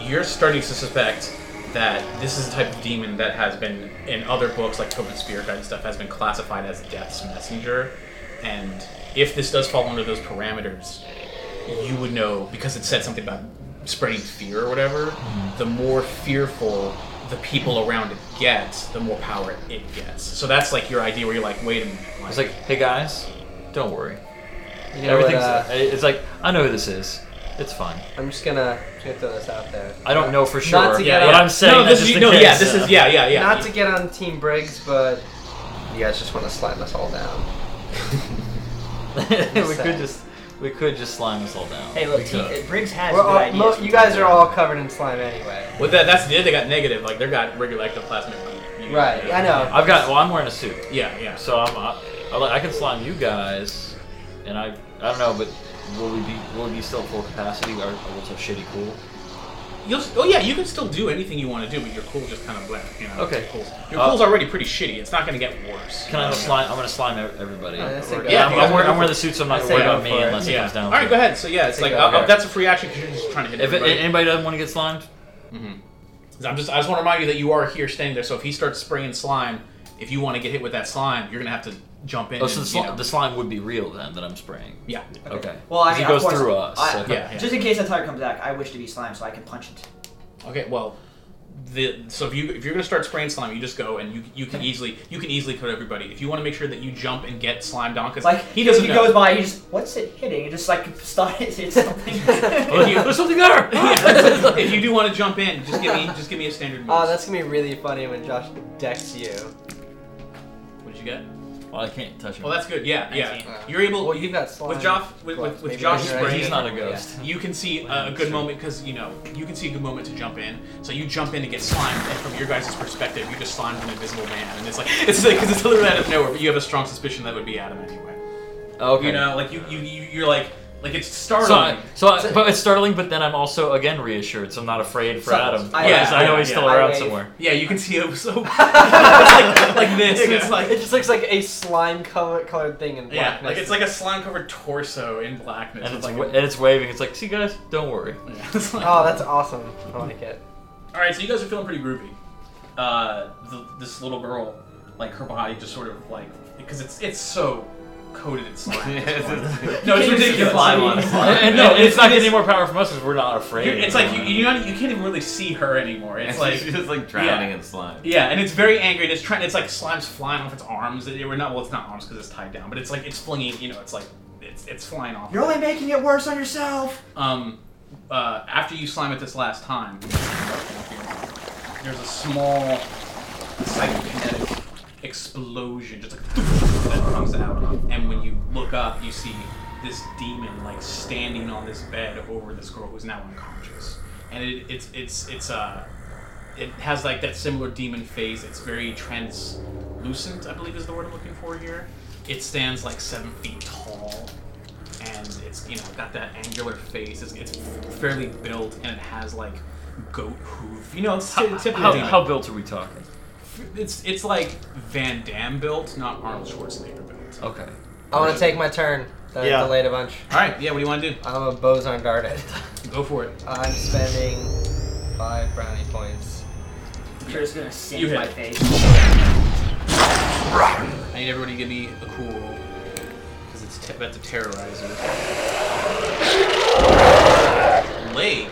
Speaker 1: You're starting to suspect that this is the type of demon that has been in other books like Tobin Spirit Guide and stuff has been classified as Death's Messenger. And if this does fall under those parameters, you would know because it said something about spreading fear or whatever. The more fearful the people around it gets, the more power it gets. So that's like your idea where you're like, wait a minute.
Speaker 3: I was like, Hey guys, don't worry.
Speaker 2: You know what,
Speaker 3: Everything's.
Speaker 2: uh,
Speaker 3: it's like, I know who this is. It's fine.
Speaker 2: I'm just gonna, I'm just gonna throw this out there.
Speaker 3: I don't know for sure.
Speaker 2: Not to get
Speaker 1: Yeah,
Speaker 3: What
Speaker 1: yeah.
Speaker 3: I'm saying
Speaker 1: No, this
Speaker 3: that's just
Speaker 1: is,
Speaker 3: in
Speaker 1: no,
Speaker 3: case.
Speaker 1: yeah, this is yeah, yeah, yeah.
Speaker 2: Not to get on Team Briggs, but you guys just want to slide us all down.
Speaker 3: we could just we could just slime this all down.
Speaker 4: Hey, look,
Speaker 3: We
Speaker 4: he,
Speaker 3: could.
Speaker 4: uh, Briggs has
Speaker 2: We're
Speaker 4: good
Speaker 2: all,
Speaker 4: ideas
Speaker 2: mo-
Speaker 4: for
Speaker 2: you guys
Speaker 4: Team
Speaker 2: are all covered in slime anyway.
Speaker 1: Well, that, that's the they got negative. Like they got regular ectoplasmic. You-
Speaker 2: Right, I know.
Speaker 3: I've got. Well, I'm wearing a suit,
Speaker 1: Yeah, yeah. So,
Speaker 3: so I'm. I, I li- I can slime you guys, and I. I don't know, but will we be will we be still at full capacity? Or will so shitty cool?
Speaker 1: You'll, oh yeah, you can still do anything you want to do, but your cool just kind of black. You know,
Speaker 3: Okay.
Speaker 1: Your cool's, your
Speaker 3: Uh,
Speaker 1: cool's already pretty shitty. It's not going to get worse.
Speaker 3: Can I slime? I'm gonna slime ev- everybody.
Speaker 1: Oh,
Speaker 2: Yeah, that's a
Speaker 3: Or-
Speaker 2: good
Speaker 3: yeah, I'm,
Speaker 1: idea.
Speaker 3: I'm wearing, I'm wearing the suit, so I'm not
Speaker 2: I'd
Speaker 3: gonna
Speaker 2: say
Speaker 3: worry
Speaker 2: go
Speaker 3: about me
Speaker 2: for it.
Speaker 3: unless it
Speaker 1: yeah.
Speaker 3: comes down.
Speaker 1: All right,
Speaker 3: to
Speaker 1: go
Speaker 3: it.
Speaker 1: ahead. So yeah, it's
Speaker 2: Take
Speaker 1: like
Speaker 2: it
Speaker 1: uh,
Speaker 2: over.
Speaker 1: uh, that's a free action because you're just trying to hit
Speaker 3: If it,
Speaker 1: everybody.
Speaker 3: anybody doesn't want to get slimed,
Speaker 1: I'm just, I just want to remind you that you are here standing there. So if he starts spraying slime, if you want to get hit with that slime, you're gonna have to jump in.
Speaker 3: oh, so the,
Speaker 1: and,
Speaker 3: sli-
Speaker 1: you know-
Speaker 3: the slime would be real then that I'm spraying.
Speaker 1: yeah,
Speaker 3: Okay.
Speaker 4: Well, I
Speaker 3: 'Cause
Speaker 4: mean,
Speaker 3: it goes
Speaker 4: of course,
Speaker 3: through us.
Speaker 4: I-
Speaker 3: so-
Speaker 1: yeah, yeah.
Speaker 4: Just in case that tire comes back, I wish to be slime so I can punch it.
Speaker 1: Okay, well, the so if you if you're gonna start spraying slime, you just go and you you can easily you can easily cut everybody. If you want to make sure that you jump and get slimed on, because
Speaker 4: Like
Speaker 1: he doesn't
Speaker 4: he
Speaker 1: know.
Speaker 4: goes by, he just what's it hitting? It just like start it, it's something.
Speaker 1: if you,
Speaker 3: There's something there.
Speaker 1: if you do want to jump in, just give me just give me a standard move.
Speaker 2: Oh, that's gonna be really funny when Josh decks you.
Speaker 1: what did you get?
Speaker 3: well, I can't touch him.
Speaker 1: Well, that's good. Yeah,
Speaker 2: Nineteen.
Speaker 1: yeah. You're able.
Speaker 2: Well, you've got slime.
Speaker 1: with Joff with,
Speaker 2: gloves.
Speaker 1: with, with
Speaker 2: Maybe
Speaker 1: Josh
Speaker 2: that's
Speaker 3: he's,
Speaker 2: right.
Speaker 1: spraying.
Speaker 3: he's not a ghost.
Speaker 1: You can see a, a good moment because you know you can see a good moment to jump in. So you jump in and get slimed, and from your guys' perspective, you just slimed an invisible man, and it's like it's like because it's literally out of nowhere. But you have a strong suspicion that would be Adam anyway.
Speaker 3: Okay.
Speaker 1: You know, like you you you- you're like like it's startling.
Speaker 3: So, I, so I, but it's startling. But then I'm also again reassured, so I'm not afraid for
Speaker 2: So-
Speaker 3: Adam.
Speaker 2: I-
Speaker 3: because I know
Speaker 1: yeah,
Speaker 3: he's
Speaker 1: yeah.
Speaker 3: still
Speaker 2: I
Speaker 3: around
Speaker 2: wave.
Speaker 3: somewhere.
Speaker 1: yeah, you can see it was so like, like this. and It's like
Speaker 2: It just looks like a slime color- colored thing in
Speaker 1: yeah,
Speaker 2: blackness.
Speaker 1: like it's like a slime covered torso in blackness.
Speaker 3: And
Speaker 1: with
Speaker 3: it's
Speaker 1: like
Speaker 3: wa-
Speaker 1: a-
Speaker 3: and it's waving. It's like, see guys, don't worry.
Speaker 1: yeah, it's like-
Speaker 2: Oh, that's awesome. I like it.
Speaker 1: All right, so you guys are feeling pretty groovy. Uh, the, this little girl, like her body just sort of like because it's it's so coated in slime. at this point. no, it's
Speaker 4: You can't even see
Speaker 1: ridiculous.
Speaker 4: the slime on it.
Speaker 3: And, and no, it's, not getting any more power from us because we're not afraid.
Speaker 1: You're- It's like you you, know, you can't even really see her anymore. It's like
Speaker 5: she's just like drowning in slime.
Speaker 1: yeah, and it's very angry and it's trying. It's like slime's flying off its arms. It, we're not well, it's not arms because it's tied down, but it's like it's flinging. You know, it's like it's it's flying off.
Speaker 4: You're only making it worse on yourself.
Speaker 1: Um, uh, after you slime it this last time, there's a small psychokinetic explosion, just like that comes out, and when you look up, you see this demon like standing on this bed over this girl who's now unconscious, and it, it's it's it's uh, it has like that similar demon phase. It's very translucent, I believe is the word I'm looking for here. It stands like seven feet tall and it's you know got that angular face. It's, it's fairly built and it has like goat hoof. You know, it's
Speaker 3: how,
Speaker 1: ty- typical.
Speaker 3: how,
Speaker 1: demon.
Speaker 3: how built are we talking?
Speaker 1: it's it's like Van Damme built, not Arnold Schwarzenegger built.
Speaker 3: Okay.
Speaker 2: I want to take my turn. That
Speaker 6: Yeah.
Speaker 2: I delayed a bunch.
Speaker 1: All right, yeah. What do you want to do?
Speaker 2: I'm a boson guarded.
Speaker 1: Go for it.
Speaker 2: I'm spending five brownie points.
Speaker 4: You're just gonna sink
Speaker 1: You hit.
Speaker 4: my face.
Speaker 1: I need everybody to give me a cool roll because it's te- that's a terrorizer. Lake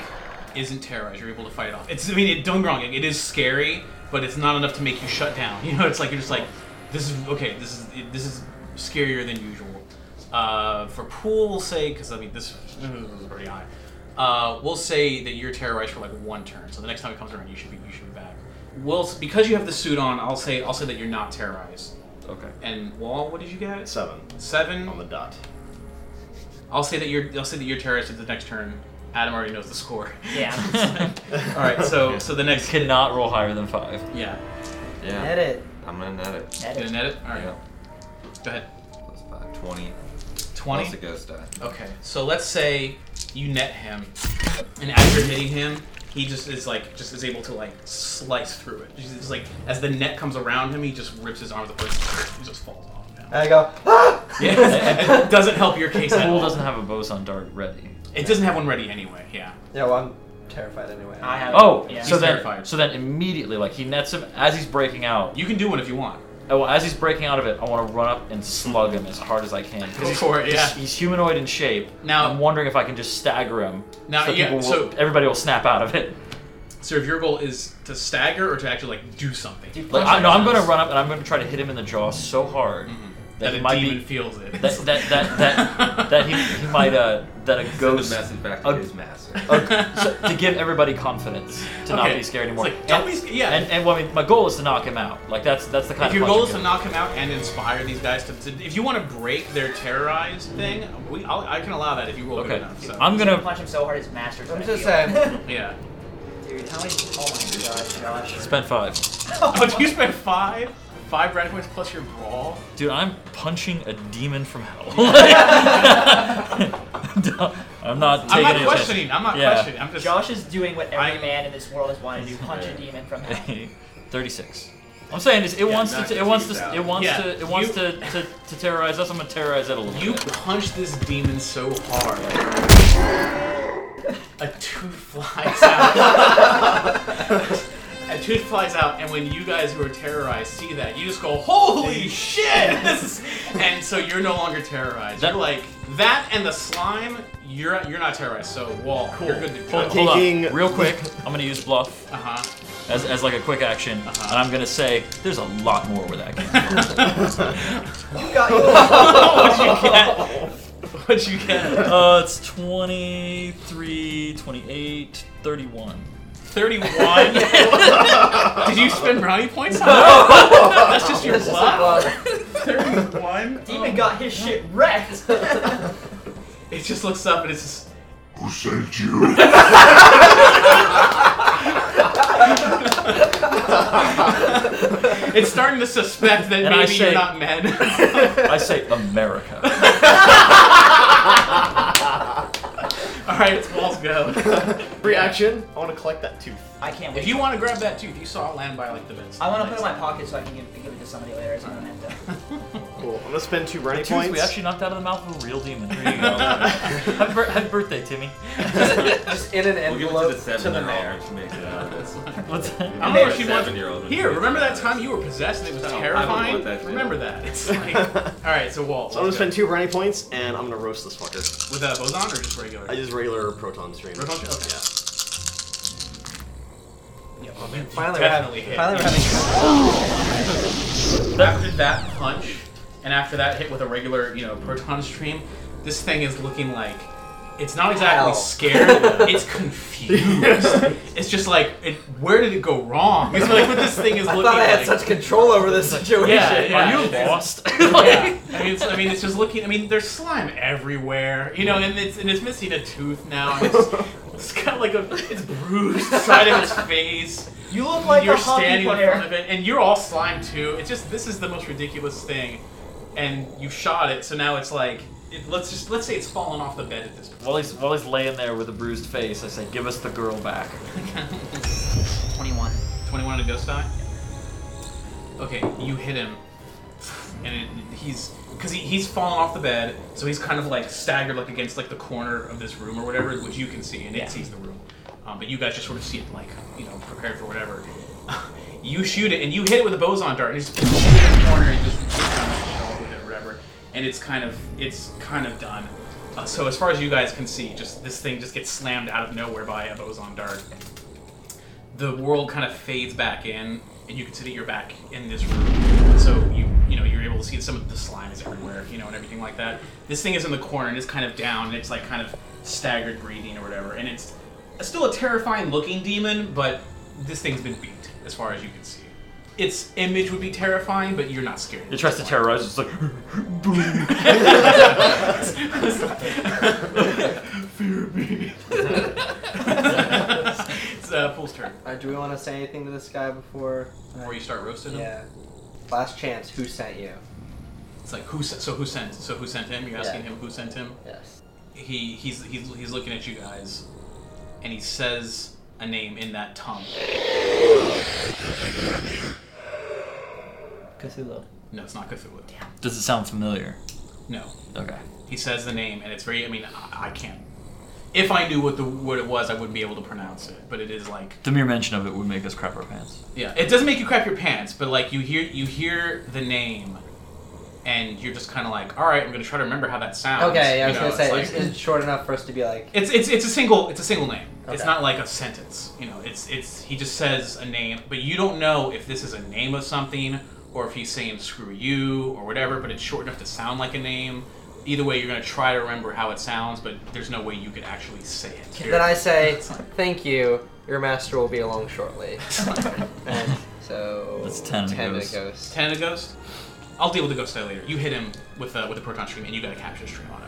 Speaker 1: isn't terrorized. You're able to fight it off. It's I mean, it, don't get me wrong. It is scary, but it's not enough to make you shut down. You know, it's like you're just like, this is okay. This is this is scarier than usual. Uh, for pool, say because I mean this, this is pretty high. Uh, we'll say that you're terrorized for like one turn. So the next time it comes around, you should be you should be back. We'll because you have the suit on. I'll say I'll say that you're not terrorized.
Speaker 3: Okay.
Speaker 1: And wall, what did you get?
Speaker 6: Seven
Speaker 1: Seven.
Speaker 6: on the dot.
Speaker 1: I'll say that you're. I'll say that you're terrorist at the next turn. Adam already knows the score.
Speaker 4: Yeah.
Speaker 1: All right. So so the next.
Speaker 3: Cannot roll higher than five.
Speaker 1: Yeah.
Speaker 5: Yeah.
Speaker 2: Net it.
Speaker 5: I'm gonna net it.
Speaker 4: That
Speaker 1: Gonna
Speaker 4: is-
Speaker 1: net it. All right.
Speaker 5: Yeah.
Speaker 1: Go ahead.
Speaker 5: Plus five. Twenty. Plus a
Speaker 1: Twenty.
Speaker 5: ghost die.
Speaker 1: Okay. So let's say you net him, and as you're hitting him, he just is like just is able to like slice through it. He's just like as the net comes around him, he just rips his arm. The first he just falls off.
Speaker 2: And I go. Ah!
Speaker 1: Yeah. it doesn't help your case at
Speaker 3: Pool
Speaker 1: all.
Speaker 3: doesn't have a boson dart ready.
Speaker 1: It doesn't have one ready anyway. Yeah.
Speaker 2: Yeah, well, I'm terrified anyway.
Speaker 4: I have.
Speaker 3: Oh,
Speaker 4: Yeah.
Speaker 3: so
Speaker 1: He's
Speaker 3: then
Speaker 1: terrified.
Speaker 3: so then immediately, like he nets him as he's breaking out.
Speaker 1: You can do one if you want.
Speaker 3: Oh, well, as he's breaking out of it, I want to run up and slug him as hard as I can. 'cause
Speaker 1: Go
Speaker 3: he's-
Speaker 1: for it,
Speaker 3: he's-
Speaker 1: yeah.
Speaker 3: He's humanoid in shape.
Speaker 1: Now-
Speaker 3: I'm wondering if I can just stagger him.
Speaker 1: Now,
Speaker 3: so
Speaker 1: yeah,
Speaker 3: people will,
Speaker 1: so-
Speaker 3: everybody will snap out of it.
Speaker 1: So if your goal is to stagger or to actually like do something.
Speaker 4: Dude,
Speaker 3: Like,
Speaker 4: punch
Speaker 3: I, no,
Speaker 4: him.
Speaker 3: I'm gonna run up and I'm gonna try to hit him in the jaw so hard
Speaker 1: Mm-hmm. that,
Speaker 3: he
Speaker 1: a
Speaker 3: might
Speaker 1: demon
Speaker 3: be
Speaker 1: feels it.
Speaker 3: that that that that, that he, he might uh that a ghost.
Speaker 5: Send a message back to
Speaker 3: a-
Speaker 5: his master.
Speaker 3: a- so- to give everybody confidence to not
Speaker 1: Okay.
Speaker 3: be scared
Speaker 1: It's
Speaker 3: anymore.
Speaker 1: like, don't
Speaker 3: and,
Speaker 1: be sc- yeah.
Speaker 3: And, and well, I mean, my goal is to knock him out. Like that's that's the kind
Speaker 1: If
Speaker 3: of
Speaker 1: your
Speaker 3: punch
Speaker 1: goal
Speaker 3: I'm
Speaker 1: is to
Speaker 3: giving.
Speaker 1: knock him out and inspire these guys to, to if you want to break their terrorized thing, we, I'll, I can allow that if you roll
Speaker 3: Okay.
Speaker 1: good enough. So.
Speaker 3: I'm
Speaker 4: gonna
Speaker 3: gonna
Speaker 4: punch him so hard his master's
Speaker 2: I'm
Speaker 4: gonna
Speaker 2: just
Speaker 4: feel it.
Speaker 2: saying.
Speaker 1: yeah.
Speaker 4: Dude, how many? Oh my god, Josh.
Speaker 3: spend five.
Speaker 1: Oh, do you spend five, five brand points plus your brawl?
Speaker 3: Dude, I'm punching a demon from hell. I'm not
Speaker 1: I'm
Speaker 3: taking
Speaker 1: not
Speaker 3: any
Speaker 1: questioning. I'm not
Speaker 3: Yeah.
Speaker 1: questioning. I'm just.
Speaker 4: Josh is doing what every
Speaker 1: I-
Speaker 4: man in this world has wanted to do: punch a demon from hell.
Speaker 3: chances. Thirty-six. I'm saying is it wants
Speaker 5: knock
Speaker 3: to
Speaker 5: his
Speaker 3: it wants
Speaker 5: teeth
Speaker 3: to
Speaker 5: out.
Speaker 3: it wants
Speaker 1: Yeah,
Speaker 3: to it wants
Speaker 1: you-
Speaker 3: to, to to terrorize us. I'm gonna terrorize it a little
Speaker 1: You
Speaker 3: bit.
Speaker 1: punch this demon so hard. A tooth flies out. a tooth flies out, and when you guys who are terrorized see that, you just go, "Holy shit!" This is- and so you're no longer terrorized.
Speaker 3: That-
Speaker 1: you're like that, and the slime. You're you're not terrorized. So wall, you're good to go.
Speaker 3: Hold, hold
Speaker 6: Taking-
Speaker 3: up, real quick. I'm gonna use bluff
Speaker 1: Uh huh.
Speaker 3: as, as like a quick action,
Speaker 1: Uh-huh.
Speaker 3: and I'm gonna say there's a lot more where that came.
Speaker 1: What'd you get? What'd you get?
Speaker 3: uh, it's 23, 28, 31.
Speaker 1: Thirty-one. Did you spend brownie points? on that? That's just your
Speaker 2: This is a
Speaker 1: bluff.
Speaker 2: bluff.
Speaker 1: Thirty-one.
Speaker 4: Demon got his shit wrecked.
Speaker 1: It just looks up and it's just.
Speaker 7: Who sent you?
Speaker 1: It's starting to suspect that
Speaker 3: And I
Speaker 1: maybe you're
Speaker 3: say-
Speaker 1: not mad.
Speaker 3: I say America.
Speaker 1: All right, it's walls go.
Speaker 6: Reaction. I want to collect that tooth.
Speaker 4: I can't wait.
Speaker 1: If you want to grab that tooth, you saw it land by like the best.
Speaker 4: I want to put it in my pocket so I can give, give it to somebody later. So I don't have to.
Speaker 6: Cool. I'm gonna spend two brownie
Speaker 3: Tooth
Speaker 6: points.
Speaker 3: we actually knocked out of the mouth of a real demon. There you go. happy, bir- happy birthday, Timmy.
Speaker 2: Just in an
Speaker 5: We'll give it
Speaker 2: envelope
Speaker 5: to the
Speaker 2: to the
Speaker 5: seven-year-old
Speaker 2: mayor.
Speaker 5: to make it out of this.
Speaker 3: What's that?
Speaker 1: I don't know if she wants.
Speaker 5: Seven-year-old would
Speaker 1: Here,
Speaker 5: be-
Speaker 1: remember that time you were possessed and it was
Speaker 5: No, I don't
Speaker 1: terrifying?
Speaker 5: want that thing.
Speaker 1: remember that. It's like. All right, so walls.
Speaker 6: So I'm gonna
Speaker 1: let's go.
Speaker 6: spend two brownie points, and I'm gonna roast this fucker.
Speaker 1: With uh, boson or just regular?
Speaker 6: I use regular proton stream.
Speaker 1: Proton stream? Okay.
Speaker 6: Yeah.
Speaker 1: yeah, oh, man, you
Speaker 2: Finally, we're
Speaker 1: definitely
Speaker 2: having,
Speaker 1: hit.
Speaker 2: finally we're having
Speaker 1: after that punch, and after that hit with a regular, you know, proton stream, this thing is looking like it's not exactly
Speaker 2: Hell.
Speaker 1: scared. it's confused. it's just like, it, where did it go wrong? It's like what this thing is
Speaker 2: I
Speaker 1: looking
Speaker 2: thought I
Speaker 1: like.
Speaker 2: had such control over this situation.
Speaker 1: yeah, yeah.
Speaker 3: Are you
Speaker 1: it's-
Speaker 3: lost?
Speaker 1: yeah. I mean, it's, I mean, it's just looking. I mean, there's slime everywhere, you know, and it's and it's missing a tooth now. and It's, it's got like a it's bruised side of its face.
Speaker 4: You look like
Speaker 1: you're
Speaker 4: a hockey
Speaker 1: standing in
Speaker 4: player.
Speaker 1: front of it, and you're all slime too. It's just this is the most ridiculous thing, and you shot it, so now it's like it, let's just let's say it's fallen off the bed at this
Speaker 3: While he's while he's laying there with a bruised face, I say, "Give us the girl back."
Speaker 1: point.
Speaker 4: Twenty-one.
Speaker 1: 21 to ghost die? Okay, you hit him. And it, he's because he, he's fallen off the bed, so he's kind of like staggered like against like the corner of this room or whatever, which you can see, and it sees the room. Um, but you guys just sort of see it like you know prepared for whatever. you shoot it and you hit it with a boson dart, and it's in the corner and just kind of shell with it or whatever. And it's kind of it's kind of done. Uh, so as far as you guys can see, just this thing just gets slammed out of nowhere by a boson dart the world kind of fades back in, and you can see that you're back in this room. So you you know you're able to see some of the slime is everywhere, you know, and everything like that. This thing is in the corner and it's kind of down, and it's like kind of staggered breathing or whatever, and it's still a terrifying looking demon, but this thing's been beat as far as you can see. Its image would be terrifying, but you're not scared.
Speaker 3: It tries to terrorize. us, It's like, boom.
Speaker 1: Fear me. it's uh, fool's turn.
Speaker 2: Alright, do we want to say anything to this guy before?
Speaker 1: Before you start roasting him.
Speaker 2: Yeah. Last chance. Who sent you?
Speaker 1: It's like who sent? So who sent? So who sent him? You're asking
Speaker 2: Yeah.
Speaker 1: him who sent him.
Speaker 2: Yes.
Speaker 1: He he's, he's he's looking at you guys, and he says a name in that tongue.
Speaker 4: Cthulhu.
Speaker 1: No, it's not Cthulhu.
Speaker 3: Does it sound familiar?
Speaker 1: No,
Speaker 3: Okay.
Speaker 1: he says the name, and it's very. I mean, I, I can't. If I knew what the what it was, I wouldn't be able to pronounce it. But it is like
Speaker 3: The mere mention of it would make us crap our pants.
Speaker 1: yeah. It doesn't make you crap your pants, but like you hear you hear the name, and you're just kind of like, all right, I'm gonna try to remember how that sounds.
Speaker 2: Okay.
Speaker 1: You
Speaker 2: Yeah, I was
Speaker 1: know,
Speaker 2: gonna say
Speaker 1: it's
Speaker 2: it's,
Speaker 1: like-
Speaker 2: it's short enough for us to be like.
Speaker 1: It's it's it's a single it's a single name. It's
Speaker 2: Okay.
Speaker 1: not like a sentence. You know, it's it's he just says a name, but you don't know if this is a name of something or if he's saying screw you or whatever, but it's short enough to sound like a name. Either way, you're going to try to remember how it sounds, but there's no way you could actually say it.
Speaker 2: Then I say, thank you. Your master will be along shortly. and so
Speaker 3: That's ten of the
Speaker 2: ten
Speaker 3: ghosts.
Speaker 2: of the ghosts.
Speaker 1: Ten a ghost? I'll deal with the ghost guy later. You hit him with uh, with a proton stream, and you got a capture stream on him.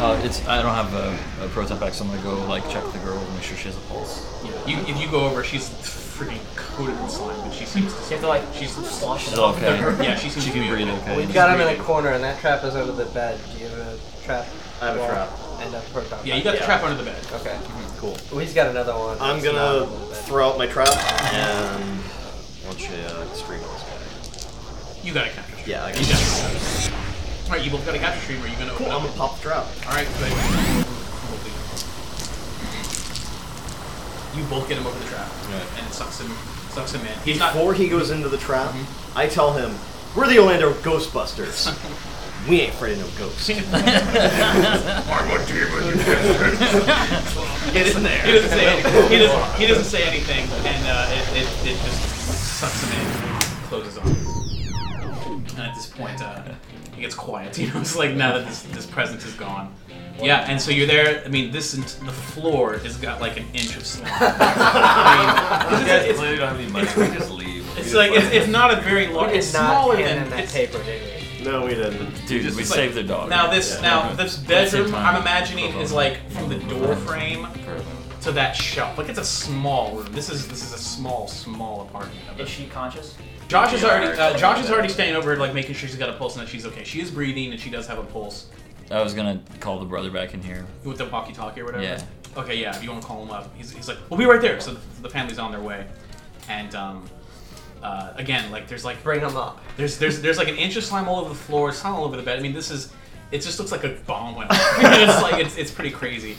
Speaker 3: Uh, it's I don't have a, a proton pack, so I'm gonna go like check the girl and make sure she has a pulse.
Speaker 1: Yeah. You, if you go over, she's freaking coated in slime, but she seems to.
Speaker 4: You have to like
Speaker 1: She's
Speaker 4: slosh
Speaker 3: She's
Speaker 4: it off.
Speaker 3: okay.
Speaker 1: Yeah, she seems
Speaker 3: She
Speaker 1: to be
Speaker 3: can breathe
Speaker 1: okay.
Speaker 3: okay.
Speaker 2: We've got him in a corner, and that trap is under the bed. Do you have a trap?
Speaker 6: I have a
Speaker 2: wall
Speaker 6: trap.
Speaker 2: And a proton.
Speaker 1: Yeah, you got the
Speaker 6: Yeah.
Speaker 1: trap under the bed.
Speaker 2: Okay.
Speaker 6: Cool.
Speaker 2: Well, he's got another one.
Speaker 6: I'm
Speaker 2: that's not
Speaker 6: gonna
Speaker 2: a little bit.
Speaker 6: throw out my trap and launch a uh, stream on this guy.
Speaker 1: You got a capture stream.
Speaker 6: Yeah, I got
Speaker 1: you
Speaker 6: a capture
Speaker 1: All right, you both got a capture stream. Are you gonna open
Speaker 6: Cool. I'm
Speaker 1: up?
Speaker 6: gonna pop the trap.
Speaker 1: All right, good. We'll do. You both get him over the trap,
Speaker 3: Yeah.
Speaker 1: and it sucks him, sucks him in. He's not.
Speaker 6: Before he goes into the trap, I tell him, "We're the Orlando Ghostbusters. we ain't afraid of no ghosts."
Speaker 1: Get in there. He doesn't say anything. He doesn't, he doesn't say anything, and uh, it, it, it just sucks him in, closes on him. And at this point, uh, it gets quiet. You know, it's like now that this, this presence is gone. Yeah, and so you're there. I mean, this ent- the floor has got like an inch of slime. I mean,
Speaker 5: You
Speaker 1: this is-
Speaker 5: guys
Speaker 1: it's-
Speaker 5: literally don't have any money. We just leave. We
Speaker 1: It's
Speaker 5: just
Speaker 1: like it's,
Speaker 5: fucking-
Speaker 1: it's not a very
Speaker 2: We
Speaker 1: large.
Speaker 2: did
Speaker 1: It's
Speaker 2: not
Speaker 1: smaller
Speaker 2: hand
Speaker 1: than
Speaker 2: him that
Speaker 1: it's-
Speaker 2: paper, did we?
Speaker 6: no, we didn't.
Speaker 3: Dude,
Speaker 1: Just
Speaker 3: we
Speaker 1: like-
Speaker 3: saved the dog.
Speaker 1: Now this
Speaker 6: Yeah.
Speaker 1: now this
Speaker 3: That's in
Speaker 1: bedroom
Speaker 3: time.
Speaker 1: I'm imagining is like from the door frame to that shelf. Like it's a small room. This is this is a small small apartment.
Speaker 4: Is she conscious?
Speaker 1: Josh is already uh, Josh is already staying over like making sure she's got a pulse and that she's okay. She is breathing and she does have a pulse
Speaker 3: I was gonna call the brother back in here.
Speaker 1: with the walkie-talkie or whatever.
Speaker 3: Yeah.
Speaker 1: Okay, yeah. If you want to call him up, he's, he's like, we'll be right there. So the, the family's on their way, and um, uh, again, like there's like
Speaker 2: Bring him up.
Speaker 1: There's there's there's like an inch of slime all over the floor, slime all over the bed. I mean, this is it just looks like a bomb went off. it's like it's, it's pretty crazy.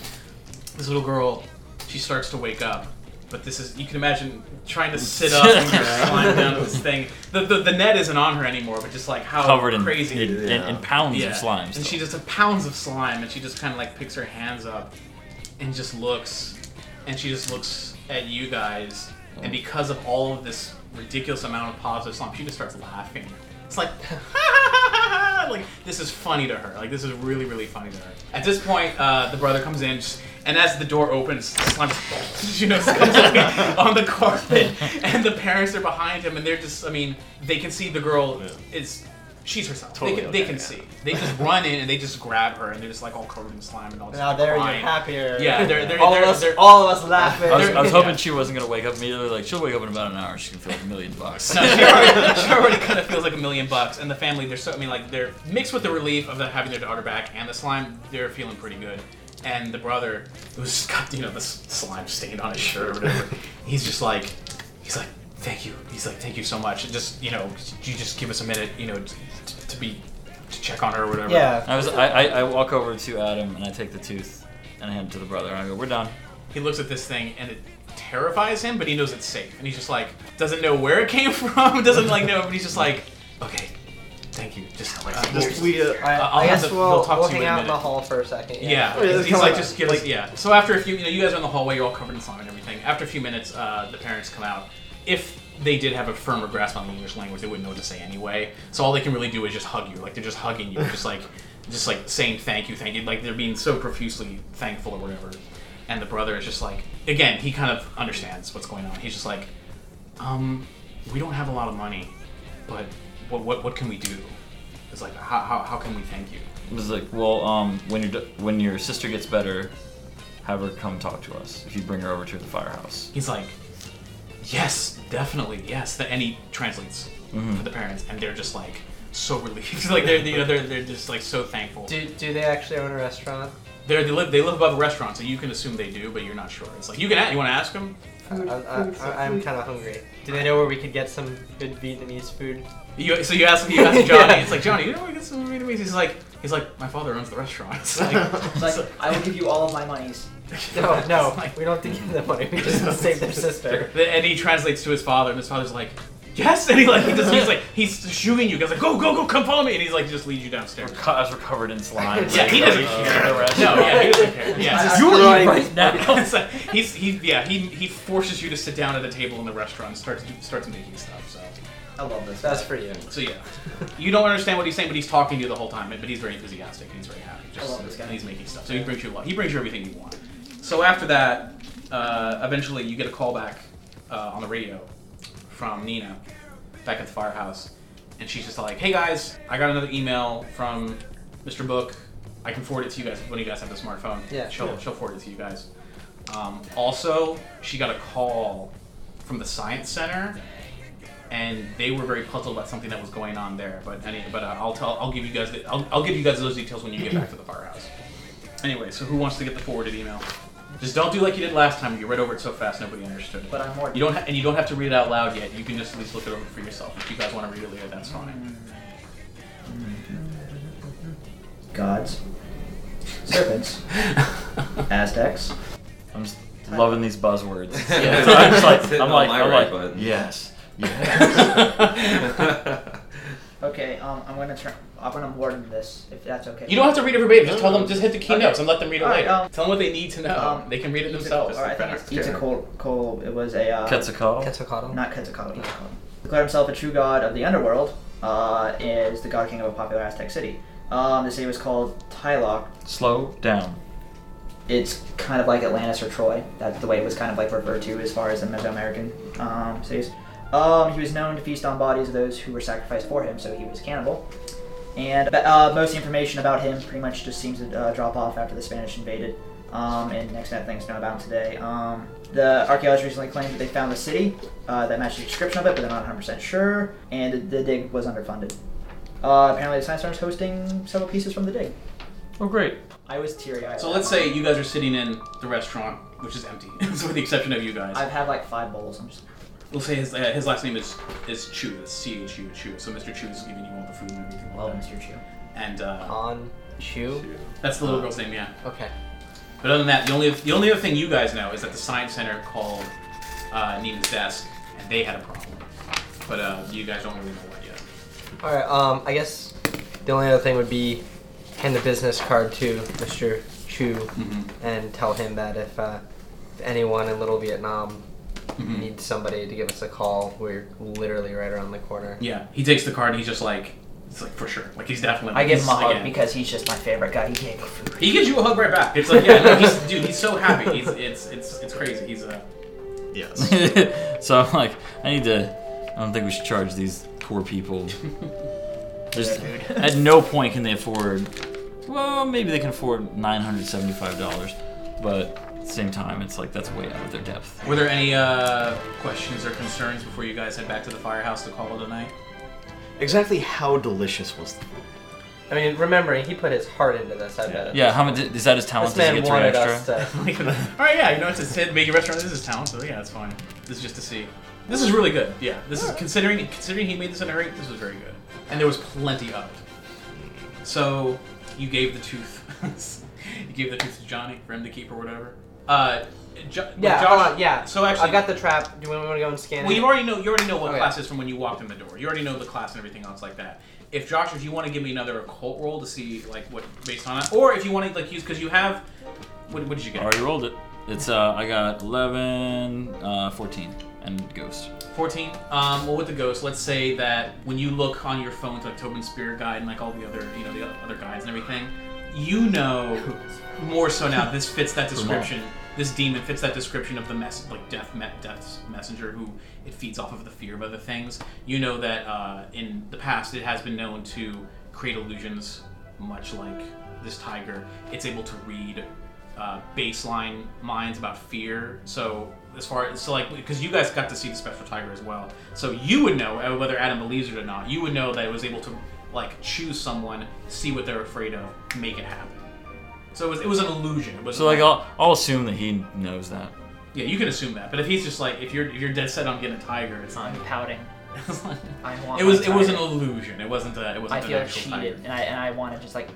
Speaker 1: This little girl, she starts to wake up, but this is you can imagine trying to sit up and just slime down to this thing. The, the the net isn't on her anymore, but just like how
Speaker 3: Covered in
Speaker 1: Oh, crazy
Speaker 3: in, in, in pounds of slime.
Speaker 1: and
Speaker 3: still.
Speaker 1: she just uh, pounds of slime, and she just kind of like picks her hands up and just looks, and she just looks at you guys, and because of all of this ridiculous amount of positive slime, she just starts laughing. It's like, like this is funny to her. Like this is really, really funny to her. At this point, uh, the brother comes in, just- and as the door opens, slime, just, you know, comes like, on the carpet, and the parents are behind him, and they're just, I mean, they can see the girl is, she's herself. they
Speaker 6: Totally
Speaker 1: can,
Speaker 6: okay,
Speaker 1: they can
Speaker 6: yeah.
Speaker 1: see. They just run in and they just grab her, and they're just like all covered in slime and all. Just
Speaker 2: Now there you're
Speaker 1: crying.
Speaker 2: happier.
Speaker 1: Yeah, they're they're
Speaker 2: all
Speaker 1: they're,
Speaker 2: of us,
Speaker 1: they're
Speaker 2: all of us laughing.
Speaker 3: I was, I was
Speaker 1: Yeah.
Speaker 3: hoping she wasn't gonna wake up immediately. Like she'll wake up in about an hour. She can feel like a million bucks.
Speaker 1: No, she already, she already kind of feels like a million bucks, and the family, they're so, I mean, like, they're mixed with the relief of them having their daughter back and the slime, they're feeling pretty good. And the brother, who's got, you know, the s- slime stained on his shirt or whatever, he's just like, he's like, thank you. He's like, thank you so much. And just, you know, you just give us a minute, you know, t- t- to be, to check on her or whatever.
Speaker 2: yeah.
Speaker 3: I was I, I, I walk over to Adam and I take the tooth and I hand it to the brother and I go, We're done.
Speaker 1: he looks at this thing and it terrifies him, but he knows it's safe. And he's just like, doesn't know where it came from, doesn't like know, but he's just like, okay, thank you. Just, uh,
Speaker 6: Just we. Uh,
Speaker 2: I,
Speaker 1: I'll
Speaker 2: I
Speaker 1: have
Speaker 2: guess
Speaker 1: to- we'll
Speaker 2: we'll,
Speaker 1: talk to
Speaker 2: we'll
Speaker 1: you
Speaker 2: hang
Speaker 1: in a
Speaker 2: out in the
Speaker 1: minute.
Speaker 2: hall for a second.
Speaker 1: Yeah,
Speaker 6: Oh, yeah,
Speaker 1: he's, he's
Speaker 6: that's kinda
Speaker 1: like,
Speaker 6: like-
Speaker 1: just give us,
Speaker 6: like-
Speaker 1: yeah. So after a few, you know, you guys are in the hallway, you're all covered in slime and everything. After a few minutes, uh, the parents come out. If they did have a firmer grasp on the English language, they wouldn't know what to say anyway. So all they can really do is just hug you. Like they're just hugging you, just like, just like saying thank you, thank you. Like they're being so profusely thankful or whatever. And the brother is just like, again, he kind of understands what's going on. He's just like, um, we don't have a lot of money, but what what, what can we do? It's like, how, how, how can we thank you?
Speaker 3: I was like, Well, um, when your d- when your sister gets better, have her come talk to us. If you bring her over to the firehouse.
Speaker 1: He's like, yes, definitely, yes. Th- And he translates for the parents, and they're just like so relieved. like they're you know they're, they're just like so thankful.
Speaker 2: Do, do they actually own a restaurant?
Speaker 1: They're, they live they live above a restaurant, so you can assume they do, but you're not sure. It's like you can a- you want to ask them.
Speaker 2: I, I, I, I'm kind of hungry. Do they know where we could get some good Vietnamese food?
Speaker 1: You, so you ask you ask Johnny.
Speaker 2: Yeah.
Speaker 1: It's like Johnny, you know what gets some Vietnamese? He's like he's like my father owns the restaurant. It's like,
Speaker 4: It's like I will give you all of my monies.
Speaker 2: No, no,
Speaker 1: It's like-
Speaker 2: we don't have to give them money. We just want to save their sister.
Speaker 1: and he translates to his father, and his father's like, yes, and he like he just, he's like he's shooing you guys like go go go come follow me, and he's like just leads you downstairs.
Speaker 3: Reco- I was recovered in slime.
Speaker 1: Yeah, he doesn't
Speaker 3: Uh,
Speaker 1: care.
Speaker 3: the rest.
Speaker 1: No, yeah, he doesn't care. Yeah,
Speaker 2: You're
Speaker 6: Throwing-
Speaker 2: right now.
Speaker 1: It's like, he's he yeah he he forces you to sit down at a table in the restaurant and starts starts making stuff. So
Speaker 4: I love this.
Speaker 2: That's for you.
Speaker 1: so yeah, you don't understand what he's saying, but he's talking to you the whole time. But he's very enthusiastic and he's very happy. Just,
Speaker 4: I love this guy.
Speaker 1: and he's making stuff. So he brings you a lot. He brings you everything you want. So after that, uh, eventually you get a call back uh, on the radio from Nina back at the firehouse, and she's just like, "Hey guys, I got another email from Mr. Book. I can forward it to you guys when you guys have the smartphone.
Speaker 2: Yeah,
Speaker 1: she'll
Speaker 2: yeah.
Speaker 1: she'll forward it to you guys." Um, also, she got a call from the science center, and they were very puzzled about something that was going on there. But any, but uh, I'll tell I'll give you guys the, I'll, I'll give you guys those details when you get back to the firehouse. Anyway, so who wants to get the forwarded email? Just don't do like you did last time. You read over it so fast nobody understood it.
Speaker 4: But I'm more.
Speaker 1: You don't, ha- and you don't have to read it out loud yet. You can just at least look it over for yourself. If you guys want to read it later, that's fine.
Speaker 4: gods, serpents, Aztecs.
Speaker 3: I'm just loving these buzzwords.
Speaker 5: Yeah.
Speaker 3: So I'm just like,
Speaker 5: Hitting
Speaker 3: I'm
Speaker 5: on
Speaker 3: like,
Speaker 5: my
Speaker 3: I'm like,
Speaker 5: right button.
Speaker 3: yes,
Speaker 4: Okay, um, I'm gonna turn. I'm gonna warden this if that's okay.
Speaker 1: You don't have to read it verbatim. Just tell them. Just hit the
Speaker 4: Okay.
Speaker 1: keynotes and let them read it
Speaker 4: All right,
Speaker 1: later.
Speaker 4: um,
Speaker 1: tell them what they need to know.
Speaker 4: um,
Speaker 1: they can read it
Speaker 4: It's a-
Speaker 1: themselves.
Speaker 4: Or I think it's Quetzalcoatl. Coal. It was a. Uh,
Speaker 3: Quetzalcoatl.
Speaker 2: Quetzalcoatl.
Speaker 4: Not Quetzalcoatl. Quetzalcoatl. Declared himself a true god of the underworld. Uh, is the god king of a popular Aztec city. Um, the city was called Tyloc.
Speaker 3: Slow down.
Speaker 4: It's kind of like Atlantis or Troy. That's the way it was kind of like referred to as far as the Mesoamerican um, cities. Um, he was known to feast on bodies of those who were sacrificed for him, so he was cannibal. And uh, most of the information about him pretty much just seems to uh, drop off after the Spanish invaded. Um, and next to things known about him today. Um, the archaeologists recently claimed that they found a city uh, that matched the description of it, but they're not 100% sure. And the, the dig was underfunded. Uh, apparently, the Science Center is hosting several pieces from the dig.
Speaker 3: Oh great.
Speaker 4: I was teary-eyed.
Speaker 1: So let's say you guys are sitting in the restaurant, which is empty, so with the exception of you guys.
Speaker 4: I've had like five bowls. I'm just
Speaker 1: We'll say his, uh, his last name is is Chu. It's C H U Chu. So Mr. Chu is giving you all the food and everything. like
Speaker 4: love
Speaker 1: that.
Speaker 4: Mr. Chu.
Speaker 1: And uh,
Speaker 2: On Chu.
Speaker 1: that's the little girl's name, yeah.
Speaker 2: Okay.
Speaker 1: But other than that, the only the only other thing you guys know is that the science center called uh, Nina's desk, and they had a problem. But uh, you guys don't really know what yet.
Speaker 2: All right. Um, I guess the only other thing would be hand the business card to Mr. Chu and tell him that if, uh, if anyone in Little Vietnam
Speaker 1: Mm-hmm.
Speaker 2: needs somebody to give us a call, we're literally right around the corner.
Speaker 1: Yeah, he takes the card and he's just like, it's like for sure, like he's definitely.
Speaker 4: I give him a
Speaker 1: he's-
Speaker 4: hug
Speaker 1: again.
Speaker 4: because he's just my favorite guy. He gave me food.
Speaker 1: he gives you a hug right back. It's like yeah, no, he's, dude, he's so happy. He's it's it's it's crazy. He's uh,
Speaker 6: Yes.
Speaker 3: so I'm like, I need to. I don't think we should charge these poor people. There's, at no point can they afford. Well, maybe they can afford nine hundred seventy-five dollars, but at the same time, it's like that's way out of their depth.
Speaker 1: Were there any uh, questions or concerns before you guys head back to the firehouse to call it a night?
Speaker 6: exactly how delicious was the food?
Speaker 2: I mean, remembering he put his heart into this, I bet.
Speaker 3: Yeah, how much is that? His talent
Speaker 2: This
Speaker 3: does he
Speaker 2: man
Speaker 3: get three
Speaker 2: wanted
Speaker 3: extra?
Speaker 2: us to.
Speaker 1: Like, all right, yeah, you know it's a hit major restaurant. This is town, so yeah, it's fine. This is just to see. This is really good. Yeah, this is considering considering he made this in a hurry. This was very good, and there was plenty of it. So you gave the tooth. you gave the tooth to Johnny for him to keep or whatever. Uh, jo-
Speaker 2: Yeah,
Speaker 1: Josh,
Speaker 2: hold on, yeah.
Speaker 1: So actually,
Speaker 2: I've got the trap. Do you want me to go and scan
Speaker 1: Well,
Speaker 2: it?
Speaker 1: you already know you already know what
Speaker 2: Okay.
Speaker 1: class is from when you walked in the door. You already know the class and everything else like that. If Josh, if you want to give me another occult roll to see like what based on it, or if you want to like use because you have, what, what did you
Speaker 3: I
Speaker 1: get?
Speaker 3: already rolled it. It's uh, I got 11, uh, 14, and ghost.
Speaker 1: 14. Um, well, with the ghost, let's say that when you look on your phone to like Tobin's Spirit Guide and like all the other, you know, the other guides and everything, you know more so now. This fits that description. This demon fits that description of the mess, like death, me- death's messenger, who it feeds off of the fear of other things. You know that uh, in the past it has been known to create illusions, much like this tiger. It's able to read uh, baseline minds about fear. So as far as so like because you guys got to see the special tiger as well, so you would know uh, whether Adam believes it or not. You would know that it was able to like choose someone, see what they're afraid of, make it happen. So it was, it was an illusion. It was
Speaker 3: So like, I'll, I'll assume that he knows that.
Speaker 1: yeah, you can assume that. But if he's just like if you're if you're dead set on getting a tiger, it's not.
Speaker 4: I'm pouting.
Speaker 1: It's not
Speaker 4: I want.
Speaker 1: it was
Speaker 4: my
Speaker 1: it was an
Speaker 4: tiger.
Speaker 1: illusion. It wasn't a it wasn't
Speaker 4: I
Speaker 1: an
Speaker 4: feel
Speaker 1: actual
Speaker 4: cheated,
Speaker 1: tiger.
Speaker 4: and I and I want to just like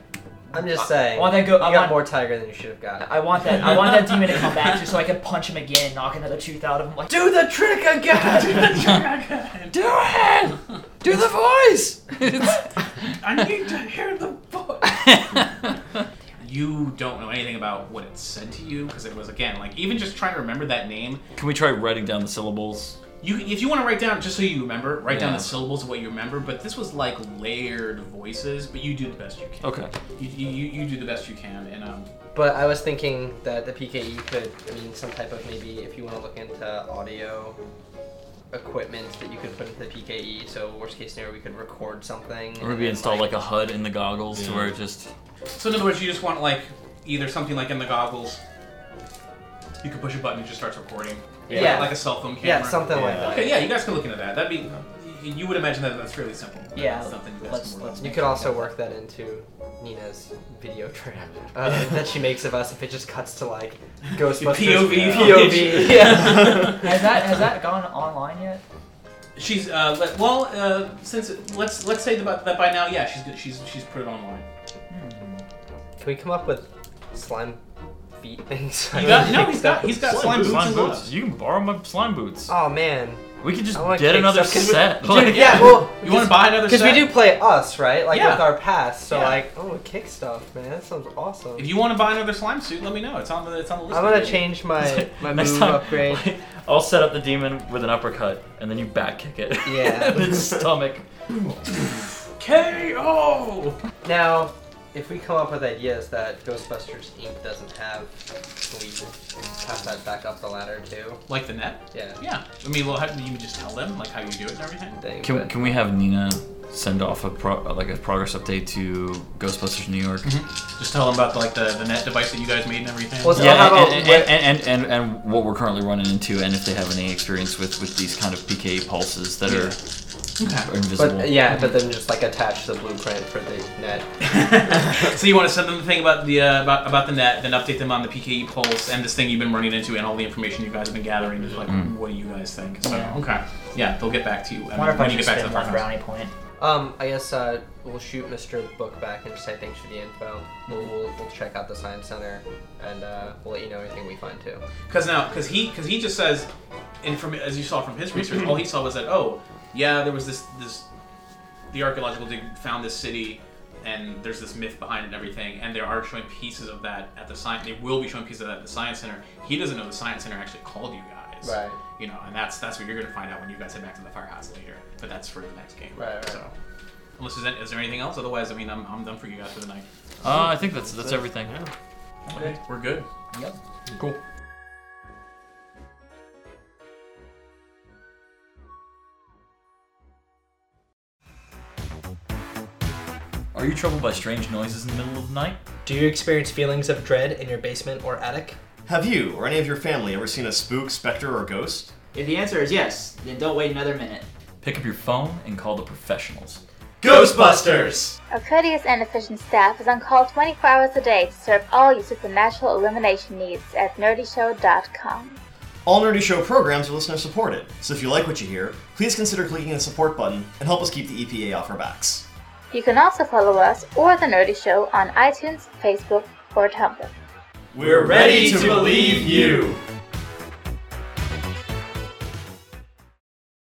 Speaker 2: I'm just saying.
Speaker 4: want that go-
Speaker 2: you
Speaker 4: I
Speaker 2: got
Speaker 4: want-
Speaker 2: more tiger than you should have got.
Speaker 4: I want that. I want that demon to come back just so I can punch him again and knock another tooth out of him. Like, dude,
Speaker 2: Do the trick again.
Speaker 3: Do it! Do the voice!
Speaker 1: I need to hear the book. You don't know anything about what it said to you because it was again like even just trying to remember that name.
Speaker 3: Can we try writing down the syllables?
Speaker 1: You if you want to write down just so you remember, write down
Speaker 3: Yeah.
Speaker 1: the syllables of what you remember. But this was like layered voices, but you do the best you can.
Speaker 3: Okay.
Speaker 1: You, you, you you do the best you can, and um,
Speaker 2: but I was thinking that the PKE could, I mean, some type of maybe if you want to look into audio equipment that you could put into the PKE. So worst case scenario, we could record something.
Speaker 3: Or maybe
Speaker 2: and,
Speaker 3: install like a HUD in the goggles to
Speaker 5: Yeah.
Speaker 3: where it just.
Speaker 1: so in other words, you just want like either something like in the goggles. You can push a button, it just starts recording.
Speaker 2: Yeah.
Speaker 1: Like- like a cell phone camera.
Speaker 2: yeah, something
Speaker 5: Yeah.
Speaker 2: like that.
Speaker 1: Okay, yeah, you guys can look into that. That'd be. You you would imagine that that's fairly simple.
Speaker 4: Yeah,
Speaker 1: That's something you guys
Speaker 4: let's-
Speaker 1: can work
Speaker 4: let's
Speaker 1: on.
Speaker 2: You could also work that into Nina's video trip uh, that she makes of us if it just cuts to like Ghostbusters
Speaker 1: POV footage.
Speaker 2: POV. Yeah.
Speaker 4: has that has that gone online yet?
Speaker 1: She's uh, let, well, uh, since let's let's say that that by now, yeah, she's good- she's she's put it online.
Speaker 2: Can we come up with slime feet things?
Speaker 1: You got, no, he's got he's got slime
Speaker 6: Slime
Speaker 1: boots.
Speaker 6: boots.
Speaker 1: and
Speaker 6: Slime
Speaker 1: gloves.
Speaker 3: You can borrow my slime boots.
Speaker 2: Oh man.
Speaker 3: we could just
Speaker 2: I wanna
Speaker 3: get
Speaker 2: kick
Speaker 3: another
Speaker 2: stuff. 'Cause we-
Speaker 3: set.
Speaker 2: Dude, yeah, well,
Speaker 1: You want to buy another
Speaker 2: because
Speaker 1: set?
Speaker 2: we do play us, right? Like
Speaker 1: Yeah.
Speaker 2: with our past. So
Speaker 1: Yeah.
Speaker 2: like, oh, kick stuff, man. That sounds awesome.
Speaker 1: If you want to buy another slime suit, let me know. It's on the it's on the list.
Speaker 2: I'm gonna
Speaker 1: already.
Speaker 2: change my my
Speaker 3: Next
Speaker 2: move
Speaker 3: time,
Speaker 2: upgrade.
Speaker 3: like, I'll set up the demon with an uppercut, and then you back kick it.
Speaker 2: Yeah.
Speaker 3: in its stomach.
Speaker 1: KO.
Speaker 2: Now, if we come up with ideas that Ghostbusters Inc. doesn't have, can we pass that back up the ladder too?
Speaker 1: Like the net?
Speaker 2: Yeah.
Speaker 1: Yeah. I mean, well, how, you just tell them like how you do it and everything.
Speaker 2: Thing,
Speaker 3: Can,
Speaker 2: but-
Speaker 3: can we have Nina send off a pro, like a progress update to Ghostbusters New York?
Speaker 1: Just tell them about like the, the net device that you guys made and everything.
Speaker 2: Well, so
Speaker 3: Yeah,
Speaker 2: how about
Speaker 3: and, and, and, and, and, and what we're currently running into, and if they have any experience with, with these kind of PKE pulses that are, are
Speaker 1: Okay.
Speaker 3: invisible.
Speaker 2: But yeah, but then just like attach the blueprint for the net.
Speaker 1: so you want to send them the thing about the uh, about, about the net, then update them on the PKE pulse and this thing you've been running into and all the information you guys have been gathering. Just like, what do you guys think? So
Speaker 4: Yeah.
Speaker 1: okay, yeah, they'll get back to you. I
Speaker 4: I wonder
Speaker 1: mean,
Speaker 4: if
Speaker 1: when
Speaker 4: I
Speaker 1: you get
Speaker 4: should
Speaker 1: back to the
Speaker 4: spend one
Speaker 1: front house.
Speaker 4: brownie point.
Speaker 2: Um, I guess uh, we'll shoot Mr. Book back and just say thanks for the info. We'll, we'll, we'll check out the science center and uh, we'll let you know anything we find too.
Speaker 1: Because now, because he, because he just says, and from as you saw from his research, all he saw was that oh, yeah, there was this this, the archaeological dig found this city, and there's this myth behind it and everything, and they are showing pieces of that at the science. They will be showing pieces of that at the science center. He doesn't know the science center actually called you guys.
Speaker 2: Right.
Speaker 1: You know, and that's that's what you're gonna find out when you guys head back to the firehouse later. But that's for the next game.
Speaker 2: Right, right.
Speaker 1: So, unless there's any, is there anything else? Otherwise, I mean, I'm, I'm done for you guys for the night.
Speaker 3: Uh, I think that's that's everything.
Speaker 1: Okay. We're good.
Speaker 4: Yep.
Speaker 3: Cool. Are you troubled by strange noises in the middle of the night?
Speaker 2: Do you experience feelings of dread in your basement or attic?
Speaker 6: Have you or any of your family ever seen a spook, specter, or ghost?
Speaker 4: If the answer is yes, then don't wait another minute.
Speaker 3: Pick up your phone and call the professionals.
Speaker 6: Ghostbusters!
Speaker 7: Our courteous and efficient staff is on call 24 hours a day to serve all your supernatural illumination needs at nerdyshow.com.
Speaker 6: All Nerdy Show programs are listener supported, so if you like what you hear, please consider clicking the support button and help us keep the EPA off our backs.
Speaker 7: You can also follow us or The Nerdy Show on iTunes, Facebook, or Tumblr.
Speaker 6: We're ready to believe you!